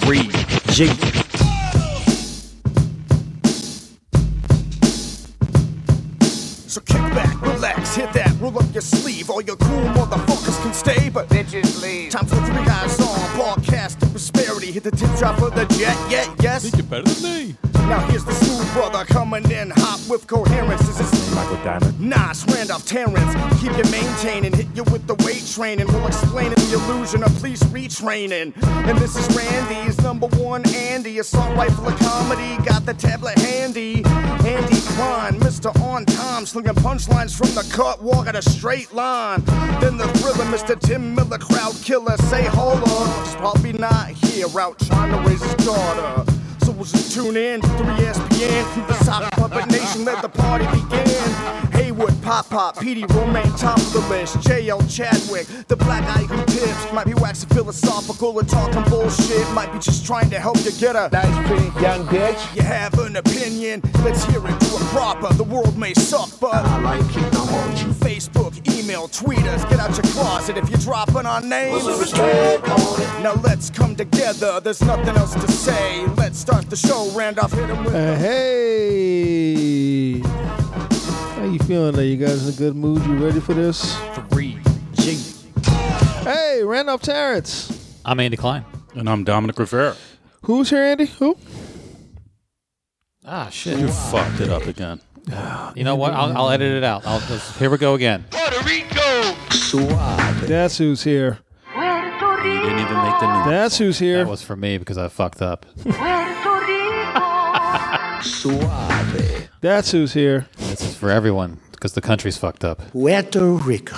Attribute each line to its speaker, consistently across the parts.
Speaker 1: 3 G.
Speaker 2: So kick back, relax, hit that, roll up your sleeve. All your cool motherfuckers can stay, but
Speaker 3: Bitches leave.
Speaker 2: time for three eyes on. Broadcast the prosperity, hit the tip drop of the jet, yeah, yes.
Speaker 4: Think you're better than me.
Speaker 2: Now here's the smooth brother coming in hot with coherence. This is
Speaker 1: Michael Diamond.
Speaker 2: Nas, Randolph, Terrence. Keep you maintaining, hit you with the weight training. We'll explain it, the illusion of police retraining. And this is Randy's number one Andy. Assault rifle of comedy, got the tablet handy. Andy Klein, Mr. On Time, slinging punchlines from the cut, walk at a straight line. Then the thriller, Mr. Tim Miller, crowd killer. Say, hold up, he's probably not here, out trying to raise his daughter. So we'll just tune in to 3SPN. The sock puppet nation let the party begin. Haywood, Pop Pop, Petey, Romaine, top of the list. JL Chadwick, the black guy who tips. Might be waxing philosophical and talking bullshit. Might be just trying to help you get a.
Speaker 3: Nice pretty young bitch.
Speaker 2: You have an opinion, let's hear it do it proper. The world may suck, but.
Speaker 3: I like it, I want you.
Speaker 2: Facebook, email, tweet us, get out your closet if you're dropping our names. Now let's come together, there's nothing else to say. Let's start the show, Randolph, hit him with
Speaker 5: Uh,
Speaker 2: the-
Speaker 5: hey, how you feeling? Are you guys in a good mood? You ready for this?
Speaker 1: 3 G.
Speaker 5: Hey, Randolph Terrence.
Speaker 6: I'm Andy Klein.
Speaker 4: And I'm Dominic Rivera.
Speaker 5: Who's here, Andy? Who?
Speaker 6: Ah, shit.
Speaker 4: You fucked it up again.
Speaker 6: You know what? I'll, I'll edit it out. I'll just, here we go again.
Speaker 5: That's who's here.
Speaker 1: You
Speaker 7: Puerto Rico,
Speaker 1: didn't even make the news.
Speaker 5: That's who's here.
Speaker 6: That was for me because I fucked up.
Speaker 7: Puerto Rico.
Speaker 5: That's who's here.
Speaker 6: This is for everyone because the country's fucked up.
Speaker 3: Puerto Rico.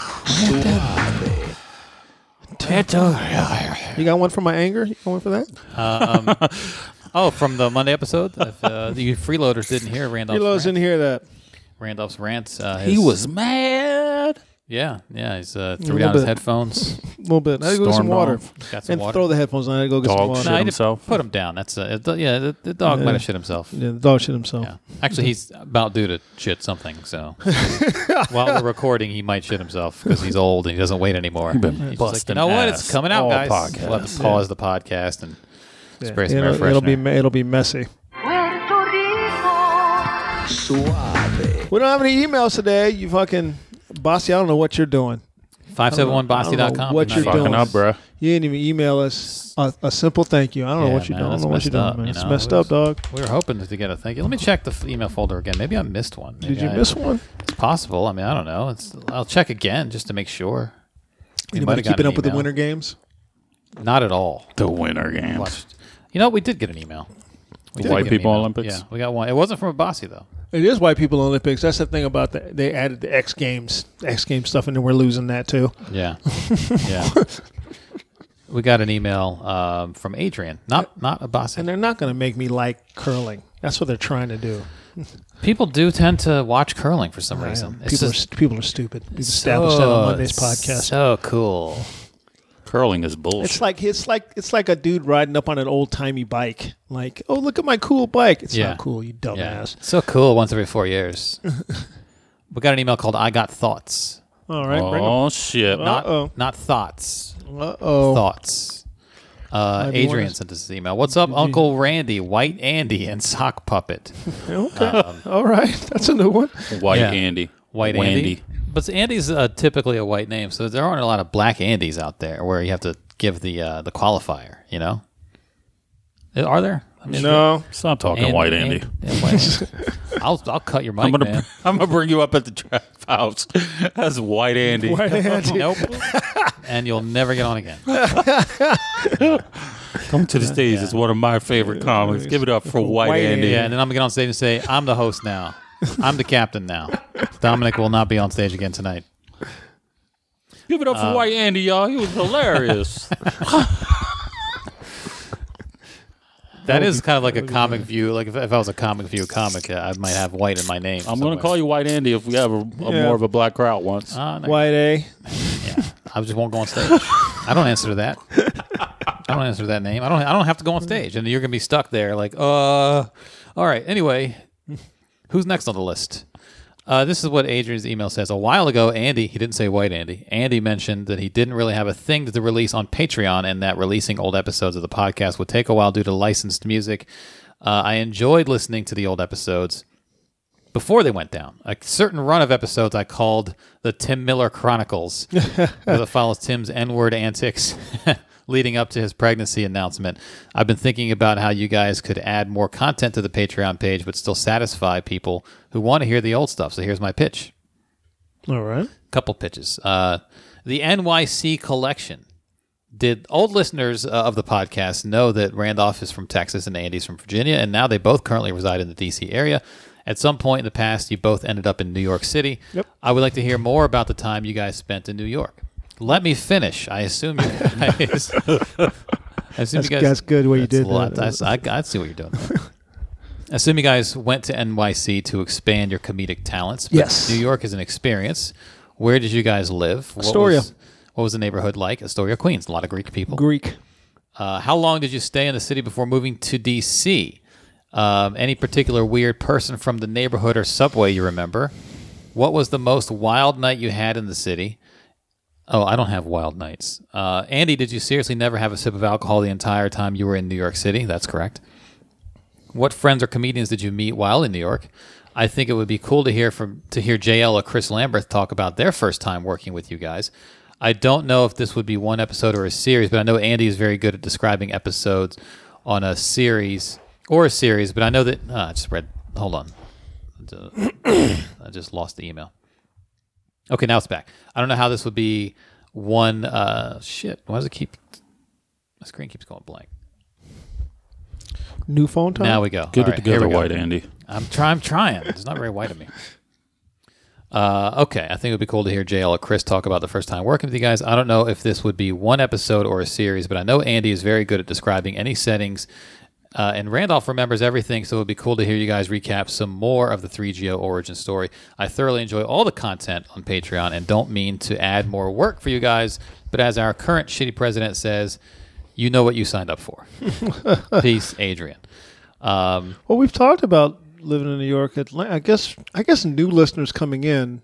Speaker 5: You got one for my anger? You got one for that?
Speaker 6: Oh, from the Monday episode, if, uh, you freeloaders didn't hear Randolph's
Speaker 5: Kilos
Speaker 6: rant,
Speaker 5: didn't hear that.
Speaker 6: Randolph's rants. Uh,
Speaker 4: He
Speaker 6: his-
Speaker 4: was mad.
Speaker 6: yeah, yeah. He's uh,
Speaker 5: little
Speaker 6: threw down his
Speaker 5: bit.
Speaker 6: headphones.
Speaker 5: A little bit. I had to go get some
Speaker 4: Storm
Speaker 5: water.
Speaker 4: off.
Speaker 6: Got some
Speaker 5: And
Speaker 6: water.
Speaker 5: throw the headphones on. I had to go get some
Speaker 4: Dog
Speaker 5: water.
Speaker 4: shit.
Speaker 6: he didn't-
Speaker 4: himself.
Speaker 6: Put him down. That's uh, it, yeah. The, the dog might have shit himself.
Speaker 5: Yeah, the dog shit himself.
Speaker 6: Yeah. Actually, he's about due to shit something. So while we're recording, he might shit himself because he's old and he doesn't wait anymore.
Speaker 4: been
Speaker 6: He's just
Speaker 4: busting
Speaker 6: like, you know what?
Speaker 4: ass
Speaker 6: It's coming out,
Speaker 4: all
Speaker 6: guys.
Speaker 4: podcast."
Speaker 6: We'll have to pause the podcast and spray some air
Speaker 5: It'll, it'll be
Speaker 6: freshener.
Speaker 5: me- it'll be messy.
Speaker 7: Puerto Rico.
Speaker 5: We don't have any emails today. You fucking bossy. I don't know what you're doing. I don't know
Speaker 6: 571bossy.com.
Speaker 5: what you're
Speaker 4: Fucking
Speaker 5: doing.
Speaker 4: up, bruh.
Speaker 5: You didn't even email us a, a simple thank you. I don't know
Speaker 6: Yeah,
Speaker 5: what you're doing.
Speaker 6: man,
Speaker 5: I don't
Speaker 6: that's
Speaker 5: know what you're
Speaker 6: messed
Speaker 5: doing,
Speaker 6: up,
Speaker 5: man.
Speaker 6: you
Speaker 5: It's
Speaker 6: know.
Speaker 5: messed up, dog.
Speaker 6: We were hoping to get a thank you. Let me check the f- email folder again. Maybe I missed one.
Speaker 5: Did
Speaker 6: Maybe
Speaker 5: you
Speaker 6: I-
Speaker 5: miss one?
Speaker 6: It's possible. I mean, I don't know. It's, I'll check again just to make sure. We might
Speaker 5: Anybody
Speaker 6: have gotten
Speaker 5: keeping
Speaker 6: an
Speaker 5: up with the
Speaker 6: email.
Speaker 5: winter games?
Speaker 6: Not at all.
Speaker 4: The winner games.
Speaker 6: Watched. You know, we did get an email.
Speaker 4: White
Speaker 6: We did get an
Speaker 4: people
Speaker 6: email.
Speaker 4: Olympics?
Speaker 6: Yeah, we got one. It wasn't from a bossy though.
Speaker 5: It is white people Olympics. That's the thing about that. They added the X Games, X Games stuff, and then we're losing that too.
Speaker 6: Yeah, yeah. we got an email um, from Adrian, not not a boss.
Speaker 5: Uh, And they're not going to make me like curling. That's what they're trying to do.
Speaker 6: People do tend to watch curling for some reason.
Speaker 5: People are st- people are stupid. We've established that on Monday's podcast.
Speaker 6: So cool.
Speaker 4: Curling is bullshit.
Speaker 5: It's like it's like it's like a dude riding up on an old timey bike. Like, oh look at my cool bike. It's
Speaker 6: Yeah.
Speaker 5: not cool, you
Speaker 6: Yeah,
Speaker 5: dumbass.
Speaker 6: so cool. Once every four years, we got an email called "I got thoughts."
Speaker 5: All right, bring
Speaker 4: oh, shit.
Speaker 6: Not
Speaker 5: Uh-oh.
Speaker 6: not thoughts.
Speaker 5: Uh oh.
Speaker 6: Thoughts. Uh,
Speaker 5: Might be one
Speaker 6: Adrian
Speaker 5: of-
Speaker 6: sent us an email. What's up, Uncle Randy, White Andy, and Sock Puppet?
Speaker 5: Okay. All right. That's a new one.
Speaker 4: White
Speaker 6: Yeah.
Speaker 4: Andy.
Speaker 6: White
Speaker 4: Wandy.
Speaker 6: Andy. But Andy's uh, typically a white name, so there aren't a lot of black Andys out there where you have to give the uh, the qualifier. You know, Uh, are there? I mean,
Speaker 5: No.
Speaker 4: Stop talking
Speaker 6: And-
Speaker 4: White Andy.
Speaker 6: and- and white Andy. I'll I'll cut your mic,
Speaker 4: I'm gonna
Speaker 6: man.
Speaker 4: I'm gonna bring you up at the draft house as White Andy.
Speaker 6: nope. and you'll never get on again.
Speaker 4: Come to the stage. It's one of my favorite comics. Give it up for White,
Speaker 5: White
Speaker 4: Andy.
Speaker 6: Yeah, and then I'm gonna get on stage and say, "I'm the host now. I'm the captain now." Dominic will not be on stage again tonight.
Speaker 4: Give it up for White Andy, y'all. He was hilarious.
Speaker 6: That is kind of like a comic view. Like if, if I was a comic view comic, uh, I might have white in my name.
Speaker 4: I'm gonna call you White Andy if we have a, a more of a black crowd once.
Speaker 6: Oh,
Speaker 5: White A.
Speaker 6: I just won't go on stage. I don't answer to that. I don't answer to that name. I don't. I don't have to go on stage, and you're gonna be stuck there. Like, uh, all right. Anyway, who's next on the list? Uh, this is what Adrian's email says. A while ago, Andy, he didn't say white Andy, Andy mentioned that he didn't really have a thing to release on Patreon and that releasing old episodes of the podcast would take a while due to licensed music. Uh, I enjoyed listening to the old episodes before they went down. A certain run of episodes I called the Tim Miller Chronicles, that follows Tim's N word antics leading up to his pregnancy announcement. I've been thinking about how you guys could add more content to the Patreon page, but still satisfy people who want to hear the old stuff. So here's my pitch
Speaker 5: All right.
Speaker 6: couple pitches. Uh, the NYC collection. Did old listeners uh, of the podcast know that Randolph is from Texas and Andy's from Virginia, and now they both currently reside in the D.C. area? At some point in the past, you both ended up in New York City.
Speaker 5: Yep.
Speaker 6: I would like to hear more about the time you guys spent in New York. Let me finish. I assume you guys. I assume
Speaker 5: That's- that's good what you
Speaker 6: that's
Speaker 5: did
Speaker 6: a lot.
Speaker 5: there.
Speaker 6: That's- I, I see what you're doing. there. I assume you guys went to NYC to expand your comedic talents. but
Speaker 5: Yes.
Speaker 6: New York is an experience. Where did you guys live? What
Speaker 5: Astoria.
Speaker 6: Was, what was the neighborhood like? Astoria, Queens. A lot of Greek people.
Speaker 5: Greek.
Speaker 6: Uh, how long did you stay in the city before moving to D.C.? Um, any particular weird person from the neighborhood or subway you remember? What was the most wild night you had in the city? Oh, I don't have wild nights. Uh, Andy, did you seriously never have a sip of alcohol the entire time you were in New York City? That's correct. What friends or comedians did you meet while in New York? I think it would be cool to hear from to hear JL or Chris Lambert talk about their first time working with you guys. I don't know if this would be one episode or a series, but I know Andy is very good at describing episodes on a series or a series. But I know that ah, I just read. Hold on, I just lost the email. Okay, now it's back. I don't know how this would be one. Uh, shit, why does it keep? My screen keeps going blank.
Speaker 5: New phone time.
Speaker 6: Now we
Speaker 4: Get
Speaker 6: go. All
Speaker 4: it
Speaker 6: right, here
Speaker 4: together,
Speaker 6: we go.
Speaker 4: White Andy.
Speaker 6: I'm trying. I'm trying. It's not very white of me. Uh, okay, I think it would be cool to hear JL or Chris talk about the first time working with you guys. I don't know if this would be one episode or a series, but I know Andy is very good at describing any settings, uh, and Randolph remembers everything. So it would be cool to hear you guys recap some more of the 3GO origin story. I thoroughly enjoy all the content on Patreon, and don't mean to add more work for you guys, but as our current shitty president says, you know what you signed up for. Peace, Adrian. Um,
Speaker 5: Well, we've talked about living in New York. Atlanta. I guess. I guess new listeners coming in.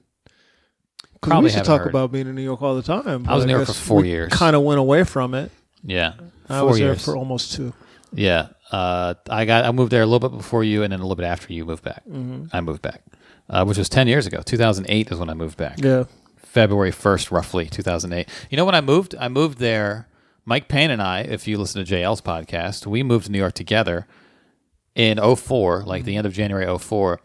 Speaker 5: 'cause
Speaker 6: Probably
Speaker 5: we used to
Speaker 6: haven't
Speaker 5: talk
Speaker 6: heard.
Speaker 5: about being in New York all the time.
Speaker 6: I was in New York for four years.
Speaker 5: Kind of went away from it.
Speaker 6: Yeah,
Speaker 5: I
Speaker 6: four
Speaker 5: was
Speaker 6: years.
Speaker 5: there for almost two.
Speaker 6: yeah, uh, I got I moved there a little bit before you, and then a little bit after you moved back.
Speaker 5: Mm-hmm.
Speaker 6: I moved back, uh, which was ten years ago. Two thousand eight is when I moved back.
Speaker 5: Yeah.
Speaker 6: February first, roughly two thousand eight. You know when I moved? I moved there. Mike Payne and I, if you listen to JL's podcast, we moved to New York together in 04, like the end of January 04,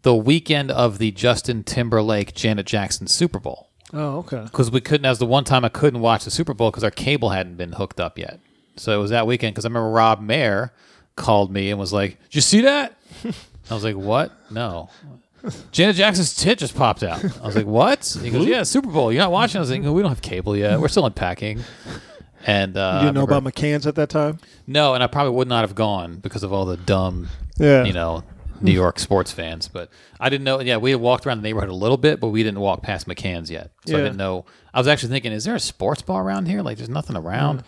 Speaker 6: the weekend of the Justin Timberlake Janet Jackson Super Bowl.
Speaker 5: Oh, okay.
Speaker 6: because we couldn't. That was the one time I couldn't watch the Super Bowl because our cable hadn't been hooked up yet. So it was that weekend. Because I remember Rob Mayer called me and was like, "Did you see that?" I was like, "What? No." Janet Jackson's tit just popped out. I was like, "What?" He goes, "Yeah, Super Bowl. You're not watching." I was like, "We don't have cable yet. We're still unpacking." And uh,
Speaker 5: You didn't know
Speaker 6: I remember-
Speaker 5: about McCann's at that time?
Speaker 6: no, and I probably would not have gone because of all the dumb,
Speaker 5: Yeah.
Speaker 6: you know, New York sports fans. But I didn't know. Yeah, we had walked around the neighborhood a little bit, but we didn't walk past McCann's yet, so I
Speaker 5: Yeah.
Speaker 6: didn't know. I was actually thinking, is there a sports bar around here? Like, there's nothing around.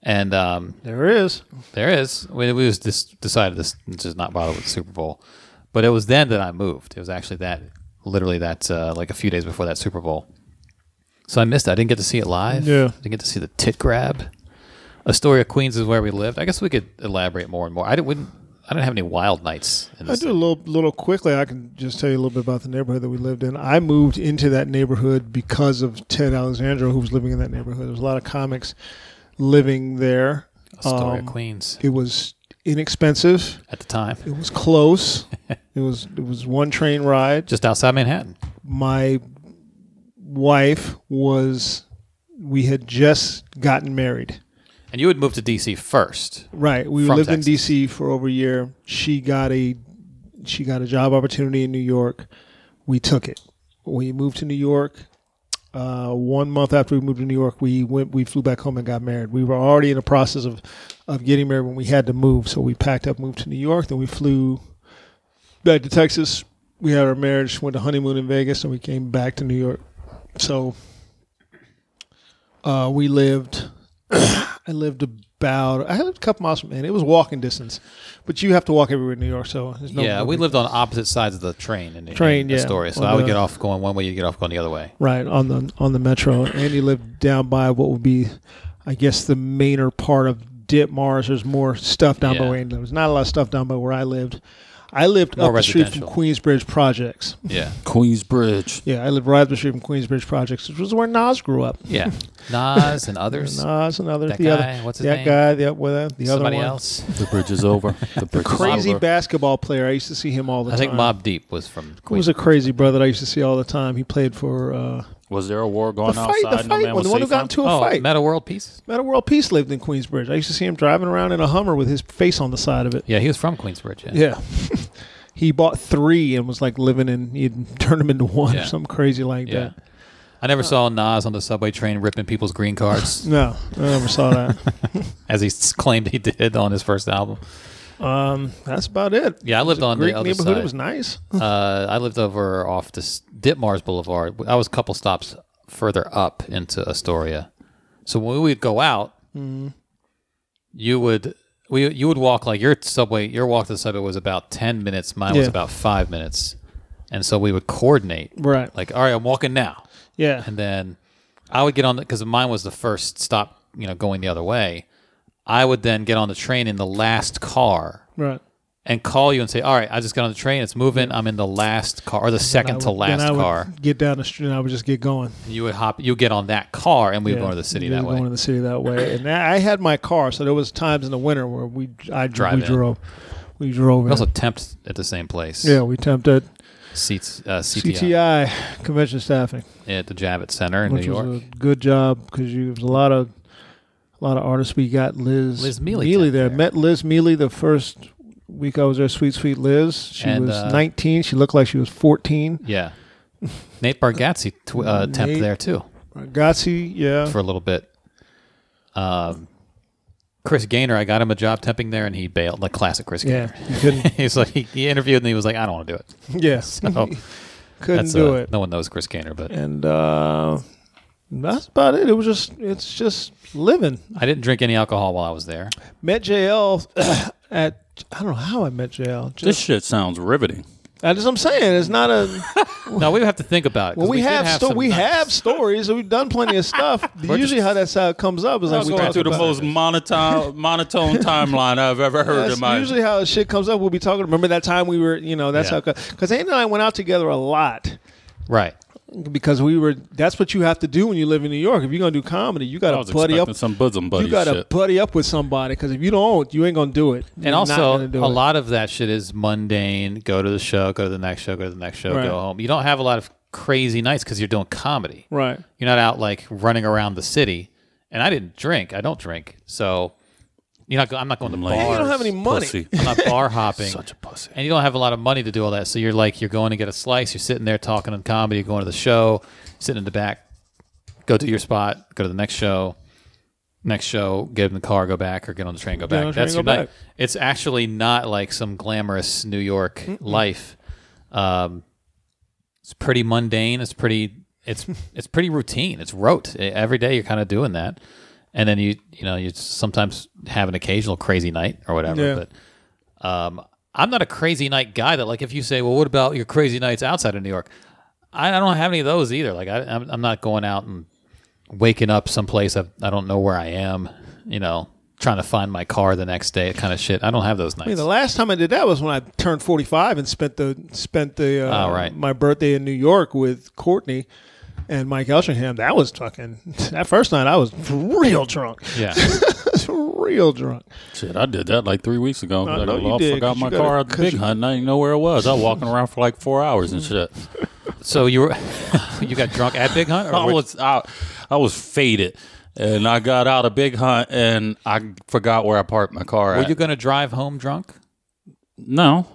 Speaker 6: And um,
Speaker 5: There is.
Speaker 6: there is. We, we just dis- decided this let's just not bother with the Super Bowl. But it was then that I moved. It was actually that, literally that, uh, like a few days before that Super Bowl. So I missed it. I didn't get to see it live.
Speaker 5: Yeah.
Speaker 6: I didn't get to see the tit grab. Astoria, Queens is where we lived. I guess we could elaborate more and more. I didn't. Wouldn't, I didn't have any wild nights. In
Speaker 5: I
Speaker 6: this
Speaker 5: do a little, little quickly. I can just tell you a little bit about the neighborhood that we lived in. I moved into that neighborhood because of Ted Alexandro, who was living in that neighborhood. There was a lot of comics living there.
Speaker 6: Astoria,
Speaker 5: Um,
Speaker 6: Queens
Speaker 5: It was inexpensive.
Speaker 6: at the time,
Speaker 5: It was close. it was it was one train ride.
Speaker 6: just outside Manhattan.
Speaker 5: my wife was we had just gotten married.
Speaker 6: And you would move to DC first.
Speaker 5: Right. We
Speaker 6: From
Speaker 5: lived
Speaker 6: Texas.
Speaker 5: in DC for over a year. She got a she got a job opportunity in New York. We took it. We moved to New York. Uh, one month after we moved to New York, we went. We flew back home and got married. We were already in the process of of getting married when we had to move. So we packed up, moved to New York. Then we flew back to Texas. We had our marriage, went to honeymoon in Vegas, and we came back to New York. So uh, we lived. I I lived about I lived a couple miles from Annie. It was walking distance, but you have to walk everywhere in New York, so there's no.
Speaker 6: yeah,
Speaker 5: no
Speaker 6: we
Speaker 5: big-
Speaker 6: lived on opposite sides of the train in,
Speaker 5: Train,
Speaker 6: in
Speaker 5: yeah.
Speaker 6: Astoria, so
Speaker 5: On
Speaker 6: I would
Speaker 5: the-
Speaker 6: get off going one way, you get off going the other way.
Speaker 5: right on the on the metro. Andy lived down by what would be, I guess, the mainer part of Ditmars. There's more stuff down by
Speaker 6: Yeah.
Speaker 5: where Andy lived. There's not a lot of stuff down by where I lived. I lived
Speaker 6: More
Speaker 5: up the street from
Speaker 6: residential.
Speaker 5: Queensbridge Projects.
Speaker 6: Yeah,
Speaker 4: Queensbridge.
Speaker 5: Yeah, I lived right up the street from Queensbridge Projects, which was where Nas grew up.
Speaker 6: yeah. Nas and others,
Speaker 5: Nas and other
Speaker 6: That
Speaker 5: the
Speaker 6: guy,
Speaker 5: other
Speaker 6: what's his
Speaker 5: that
Speaker 6: name?
Speaker 5: guy the, well, the other
Speaker 6: somebody
Speaker 5: one.
Speaker 6: else.
Speaker 4: The bridge is over. The bridge
Speaker 5: crazy
Speaker 4: is over.
Speaker 5: basketball player. I used to see him all the
Speaker 6: I
Speaker 5: time.
Speaker 6: think Mob Deep was from.
Speaker 5: Who was
Speaker 6: Queens.
Speaker 5: a crazy brother I used to see all the time. He played for uh,
Speaker 4: Was there a war
Speaker 5: the
Speaker 4: going
Speaker 5: fight,
Speaker 4: outside?
Speaker 5: the fight
Speaker 4: man
Speaker 5: one,
Speaker 4: was
Speaker 5: the one who
Speaker 4: safe
Speaker 5: got
Speaker 4: from?
Speaker 5: into a
Speaker 6: oh,
Speaker 5: fight.
Speaker 6: Meta World Peace.
Speaker 5: Meta World Peace lived in Queensbridge. I used to see him driving around in a Hummer with his face on the side of it.
Speaker 6: Yeah, he was from Queensbridge. Yeah.
Speaker 5: Yeah. he bought three and was like living in, he'd turn them into one
Speaker 6: Yeah.
Speaker 5: or something crazy like
Speaker 6: Yeah.
Speaker 5: that.
Speaker 6: I never saw Nas on the subway train ripping people's green cards,
Speaker 5: No, I never saw that.
Speaker 6: as he s- claimed he did on his first album.
Speaker 5: um, that's about it.
Speaker 6: Yeah, I
Speaker 5: It was
Speaker 6: lived
Speaker 5: a
Speaker 6: on the
Speaker 5: great
Speaker 6: other
Speaker 5: neighborhood.
Speaker 6: side.
Speaker 5: It was nice.
Speaker 6: uh, I lived over off this Ditmars Boulevard. I was a couple stops further up into Astoria. So when we would go out,
Speaker 5: Mm-hmm.
Speaker 6: you would we you would walk like your subway. Your walk to the subway was about ten minutes. Mine was
Speaker 5: Yeah.
Speaker 6: about five minutes, and so we would coordinate.
Speaker 5: Right.
Speaker 6: Like, all right, I'm walking now,
Speaker 5: Yeah.
Speaker 6: and then I would get on because mine was the first stop. You know, going the other way. I would then get on the train in the last car
Speaker 5: right.
Speaker 6: and call you and say, "All right, I just got on the train. It's moving. I'm in the last car or the second to
Speaker 5: I would- then
Speaker 6: last
Speaker 5: I would
Speaker 6: car."
Speaker 5: Get down the street and I would just get going.
Speaker 6: You would hop. You get on that car, and we would
Speaker 5: Yeah,
Speaker 6: go to the city
Speaker 5: we
Speaker 6: that
Speaker 5: were
Speaker 6: way.
Speaker 5: Going to the city that way, and I I had my car, so there was times in the winter where we I
Speaker 6: Drive
Speaker 5: we
Speaker 6: in.
Speaker 5: drove, we drove.
Speaker 6: we
Speaker 5: in.
Speaker 6: also temped at the same place.
Speaker 5: yeah, we tempted
Speaker 6: seats uh, CTI,
Speaker 5: CTI. convention staffing,
Speaker 6: at the Javits Center in New
Speaker 5: which
Speaker 6: York.
Speaker 5: was a good job because you was a lot of a lot of artists. We got Liz
Speaker 6: Liz Mealy temped
Speaker 5: there.
Speaker 6: there.
Speaker 5: Met Liz Mealy the first week I was there. Sweet sweet Liz. She
Speaker 6: And,
Speaker 5: was
Speaker 6: uh,
Speaker 5: 19. She looked like she was 14.
Speaker 6: yeah, Nate Bargatze tw- uh, temped
Speaker 5: Nate-
Speaker 6: there too
Speaker 5: Gotsi, yeah,
Speaker 6: for a little bit. Um, Chris Gaynor, I got him a job temping there, and he bailed. Like classic Chris
Speaker 5: yeah.
Speaker 6: Gaynor.
Speaker 5: You couldn't,
Speaker 6: He's like he, he interviewed and he was like, "I don't want to do it."
Speaker 5: yeah,
Speaker 6: So
Speaker 5: couldn't
Speaker 6: that's
Speaker 5: do
Speaker 6: uh,
Speaker 5: it.
Speaker 6: No one knows Chris Gaynor, but
Speaker 5: and uh, that's about it. It was just it's just living.
Speaker 6: I didn't drink any alcohol while I was there.
Speaker 5: Met JL at I don't know how I met JL.
Speaker 4: This
Speaker 5: Just
Speaker 4: shit sounds riveting.
Speaker 5: that's what I'm saying. It's not a
Speaker 6: No, we would have to think about it. 'cause
Speaker 5: well. We,
Speaker 6: did
Speaker 5: have, sto-
Speaker 6: some
Speaker 5: we
Speaker 6: nights.
Speaker 5: have stories. We've done plenty of stuff. Usually, how that's how it comes up is like
Speaker 4: That's
Speaker 5: we
Speaker 4: going
Speaker 5: talk
Speaker 4: through the
Speaker 5: about.
Speaker 4: most monotone, monotone timeline I've ever heard
Speaker 5: That's
Speaker 4: in my
Speaker 5: usually how shit comes up. We'll be talking. Remember that time we were, you know, that's
Speaker 6: Yeah.
Speaker 5: how. Because Andy and I went out together a lot
Speaker 6: Right.
Speaker 5: because we were. That's what you have to do when you live in New York. If you're gonna do comedy, you
Speaker 4: I
Speaker 5: got
Speaker 4: was
Speaker 5: to buddy
Speaker 4: expecting
Speaker 5: up
Speaker 4: some bosom buddy
Speaker 5: you gotta
Speaker 4: shit.
Speaker 5: buddy up with somebody because if you don't, you ain't gonna do it. You're
Speaker 6: And
Speaker 5: not
Speaker 6: also,
Speaker 5: gonna
Speaker 6: a
Speaker 5: do it.
Speaker 6: lot of that shit is mundane. Go to the show, go to the next show, go to the next show,
Speaker 5: Right.
Speaker 6: go home. You don't have a lot of crazy nights because you're doing comedy.
Speaker 5: Right.
Speaker 6: You're not out like running around the city. And I didn't drink. I don't drink. So you're not, go- I'm not going to
Speaker 4: I'm like,
Speaker 6: bars.
Speaker 5: You don't have any money.
Speaker 4: Pussy.
Speaker 6: I'm not bar hopping.
Speaker 4: Such a pussy.
Speaker 6: and you don't have a lot of money to do all that. So you're like, you're going to get a slice. You're sitting there talking on comedy. You're going to the show, sitting in the back, go do your spot, go to the next show, next show, get in the car, go back, or get on the train, go
Speaker 5: on
Speaker 6: back.
Speaker 5: the train,
Speaker 6: That's
Speaker 5: go
Speaker 6: your night.
Speaker 5: back.
Speaker 6: It's actually not like some glamorous New York life. Um, it's pretty mundane. It's pretty. It's it's pretty routine. It's rote. E- Every day you're kind of doing that, and then you you know you sometimes have an occasional crazy night or whatever.
Speaker 5: Yeah.
Speaker 6: But um, I'm not a crazy night guy. That like if you say, well, what about your crazy nights outside of New York? I, I don't have any of those either. Like I, I'm, I'm not going out and waking up someplace I, I don't know where I am. You know, trying to find my car the next day, kind of shit. I don't have those nights.
Speaker 5: I mean, the last time I did that was when I turned 45 and spent the spent the uh,
Speaker 6: Oh, right.
Speaker 5: my birthday in New York with Courtney and Mike Elshringham. That was fucking that first night. I was real drunk.
Speaker 6: yeah,
Speaker 5: I was real drunk.
Speaker 4: Shit, I did that like three weeks ago.
Speaker 5: I
Speaker 4: I,
Speaker 5: know you did,
Speaker 4: forgot
Speaker 5: 'cause
Speaker 4: my
Speaker 5: you gotta-
Speaker 4: car at the
Speaker 5: 'cause
Speaker 4: big
Speaker 5: you-
Speaker 4: hunt. and I didn't know where it was. I was walking around for like four hours and shit.
Speaker 6: so you were you got drunk at Big Hunt? Or
Speaker 4: I
Speaker 6: were-
Speaker 4: was I, I was faded, and I got out of big hunt and I forgot where I parked my car.
Speaker 6: Were
Speaker 4: at.
Speaker 6: you going to drive home drunk?
Speaker 4: no,